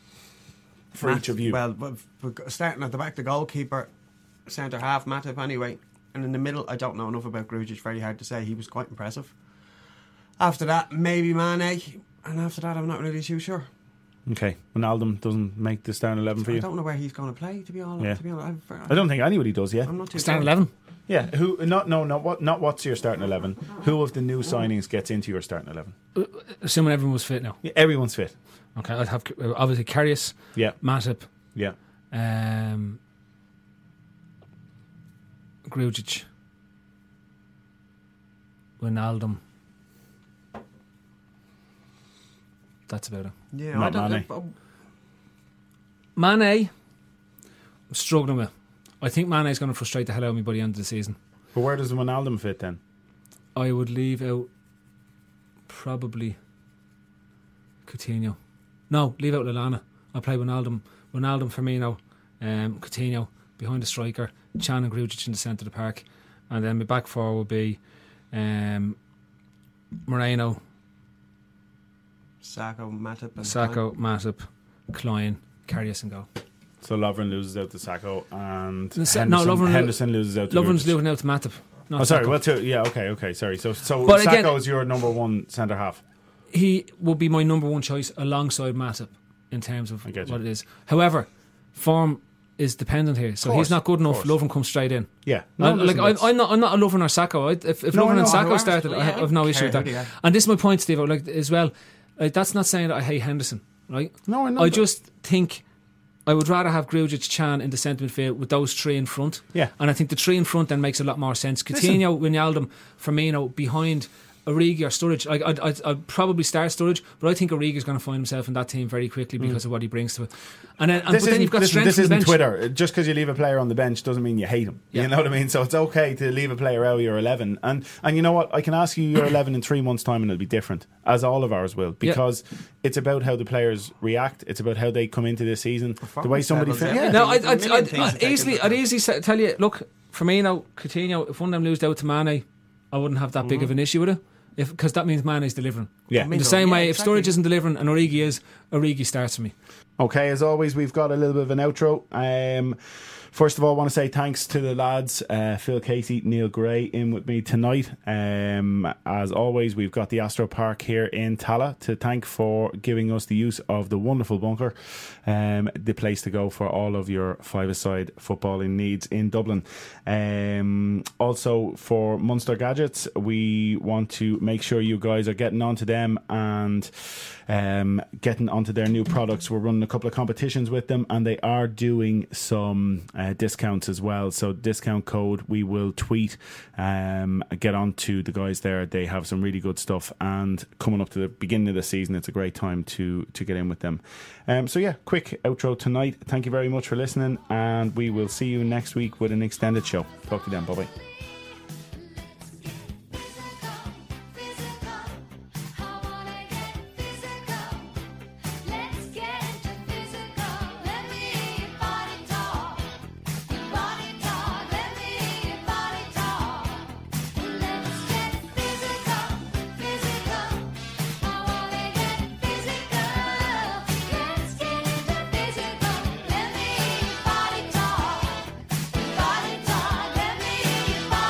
Speaker 6: For
Speaker 8: Matt-
Speaker 6: each of you.
Speaker 8: Well, we've- we've got- starting at the back, the goalkeeper, centre half, Matip anyway, and in the middle, I don't know enough about Grujic. Very hard to say. He was quite impressive. After that, maybe Mane, and after that, I'm not really too sure.
Speaker 6: okay. Ronaldo doesn't make the starting 11 for
Speaker 8: I
Speaker 6: you?
Speaker 8: don't know where he's going to play. To be honest,
Speaker 6: Yeah.
Speaker 8: to be honest, I'm,
Speaker 6: I don't think anybody does, yeah.
Speaker 8: I'm not too
Speaker 9: Stand
Speaker 8: sure.
Speaker 9: eleven.
Speaker 6: Yeah, who? Not no, not what? Not what's your starting eleven? Who of the new signings gets into your starting eleven?
Speaker 9: Uh, Assuming everyone was fit now.
Speaker 6: Yeah, everyone's fit.
Speaker 9: Okay, I'd have uh, obviously Karius,
Speaker 6: Yeah,
Speaker 9: Matip,
Speaker 6: yeah.
Speaker 9: um, Grujic, Wijnaldum. That's about it.
Speaker 8: Yeah,
Speaker 6: Not
Speaker 8: I don't.
Speaker 6: Mane.
Speaker 8: but-
Speaker 9: Mane, I'm struggling with. I think Mane's going to frustrate the hell out of me by the end of the season.
Speaker 6: But where does Ronaldo fit then?
Speaker 9: I would leave out probably Coutinho. No, leave out Lallana. I'll play Wijnaldum, Wijnaldum, Firmino, um, Coutinho behind the striker, Chan and Grujic in the centre of the park, and then my back four will be um, Moreno,
Speaker 8: Sacco, Matip, and
Speaker 9: Sacco, Matip, Klein, Karius and goal.
Speaker 6: So Lovren loses out to Sacco and
Speaker 9: The
Speaker 6: Henderson,
Speaker 9: sa- no, Lovren-
Speaker 6: Henderson loses out to
Speaker 9: Lovren's
Speaker 6: Grujic.
Speaker 9: losing out to Matip. not
Speaker 6: Oh, sorry.
Speaker 9: Sacco.
Speaker 6: Well, two, yeah, okay, okay. Sorry. So, so
Speaker 9: But
Speaker 6: Sacco
Speaker 9: again-
Speaker 6: is your number one centre half.
Speaker 9: he will be my number one choice alongside Matip in terms of
Speaker 6: I get you.
Speaker 9: what it is. However, form is dependent here, so
Speaker 6: Course,
Speaker 9: he's not good enough.
Speaker 6: course.
Speaker 9: Lovren comes straight in.
Speaker 6: Yeah.
Speaker 9: I,
Speaker 6: listen,
Speaker 9: like I'm,
Speaker 6: that's-
Speaker 9: I'm not, I'm not a Lovren or Sacco. I, if if
Speaker 6: No,
Speaker 9: Lovren
Speaker 6: I know,
Speaker 9: and
Speaker 6: I know.
Speaker 9: Sacco started, I,
Speaker 8: Yeah, I
Speaker 9: have no
Speaker 8: don't
Speaker 9: issue with
Speaker 8: care
Speaker 9: that.
Speaker 8: who they are.
Speaker 9: And this is my point, Steve. Like as well, like that's not saying that I hate Henderson, right?
Speaker 6: No, I know.
Speaker 9: I
Speaker 6: that.
Speaker 9: just think I would rather have Grujic, Chan in the centre midfield with those three in front.
Speaker 6: Yeah.
Speaker 9: And I think the three in front then makes a lot more sense. Coutinho, Wijnaldum, Firmino behind Origi or Sturridge. Like, I'd, I'd, I'd probably start Sturridge, but I think Origi is going to find himself in that team very quickly because of what he brings to it. And then, and,
Speaker 6: This
Speaker 9: but then
Speaker 6: isn't,
Speaker 9: you've got
Speaker 6: listen,
Speaker 9: strength
Speaker 6: this
Speaker 9: on the
Speaker 6: isn't
Speaker 9: bench.
Speaker 6: Twitter. Just because you leave a player on the bench doesn't mean you hate him.
Speaker 9: Yeah.
Speaker 6: You know what I mean? So it's okay to leave a player out of your 11. And and you know what? I can ask you your 11 in three months' time and it'll be different, as all of ours will, because it's about how the players react. It's about how they come into this season, the way
Speaker 8: Performance
Speaker 6: somebody.
Speaker 8: levels,
Speaker 6: Fe-
Speaker 8: yeah.
Speaker 6: yeah.
Speaker 9: No, I'd,
Speaker 8: There's a
Speaker 9: I'd,
Speaker 8: million
Speaker 9: I'd,
Speaker 8: things to
Speaker 9: I'd
Speaker 8: take
Speaker 9: easily,
Speaker 8: into
Speaker 9: I'd
Speaker 8: account.
Speaker 9: easily sa- tell you. Look, Firmino, Coutinho. If one of them loses out to Mane, I wouldn't have that big of an issue with it. If because that means Mane's delivering.
Speaker 6: Yeah.
Speaker 9: In the
Speaker 8: Firmino,
Speaker 9: same
Speaker 8: Mm-hmm. yeah,
Speaker 9: way,
Speaker 8: exactly.
Speaker 9: if Sturridge isn't delivering and Origi is, Origi starts for me.
Speaker 6: Okay, as always, we've got a little bit of an outro. Um, first of all, I want to say thanks to the lads, uh, Phil Casey, Neil Gray, in with me tonight. Um, as always, we've got the Astro Park here in Tala to thank for giving us the use of the wonderful bunker, um, the place to go for all of your five-a-side footballing needs in Dublin. Um, also, for Munster Gadgets, we want to make sure you guys are getting onto them and um, getting onto their new products. We're running a couple of competitions with them, and they are doing some uh, discounts as well. So discount code we will tweet. Um, get on to the guys there. They have some really good stuff, and coming up to the beginning of the season, it's a great time to to get in with them. Um, so yeah, quick outro tonight. Thank you very much for listening, and we will see you next week with an extended show. Talk to you then. Bye bye.
Speaker 3: Physical, physical. I wanna get physical. Let's get into physical. Let me hear your body talk. Your body talk. Let me hear your body talk. Let's get physical, physical. I wanna get physical. Let's get into physical. Let me hear your body talk. Your body talk. Let me hear your body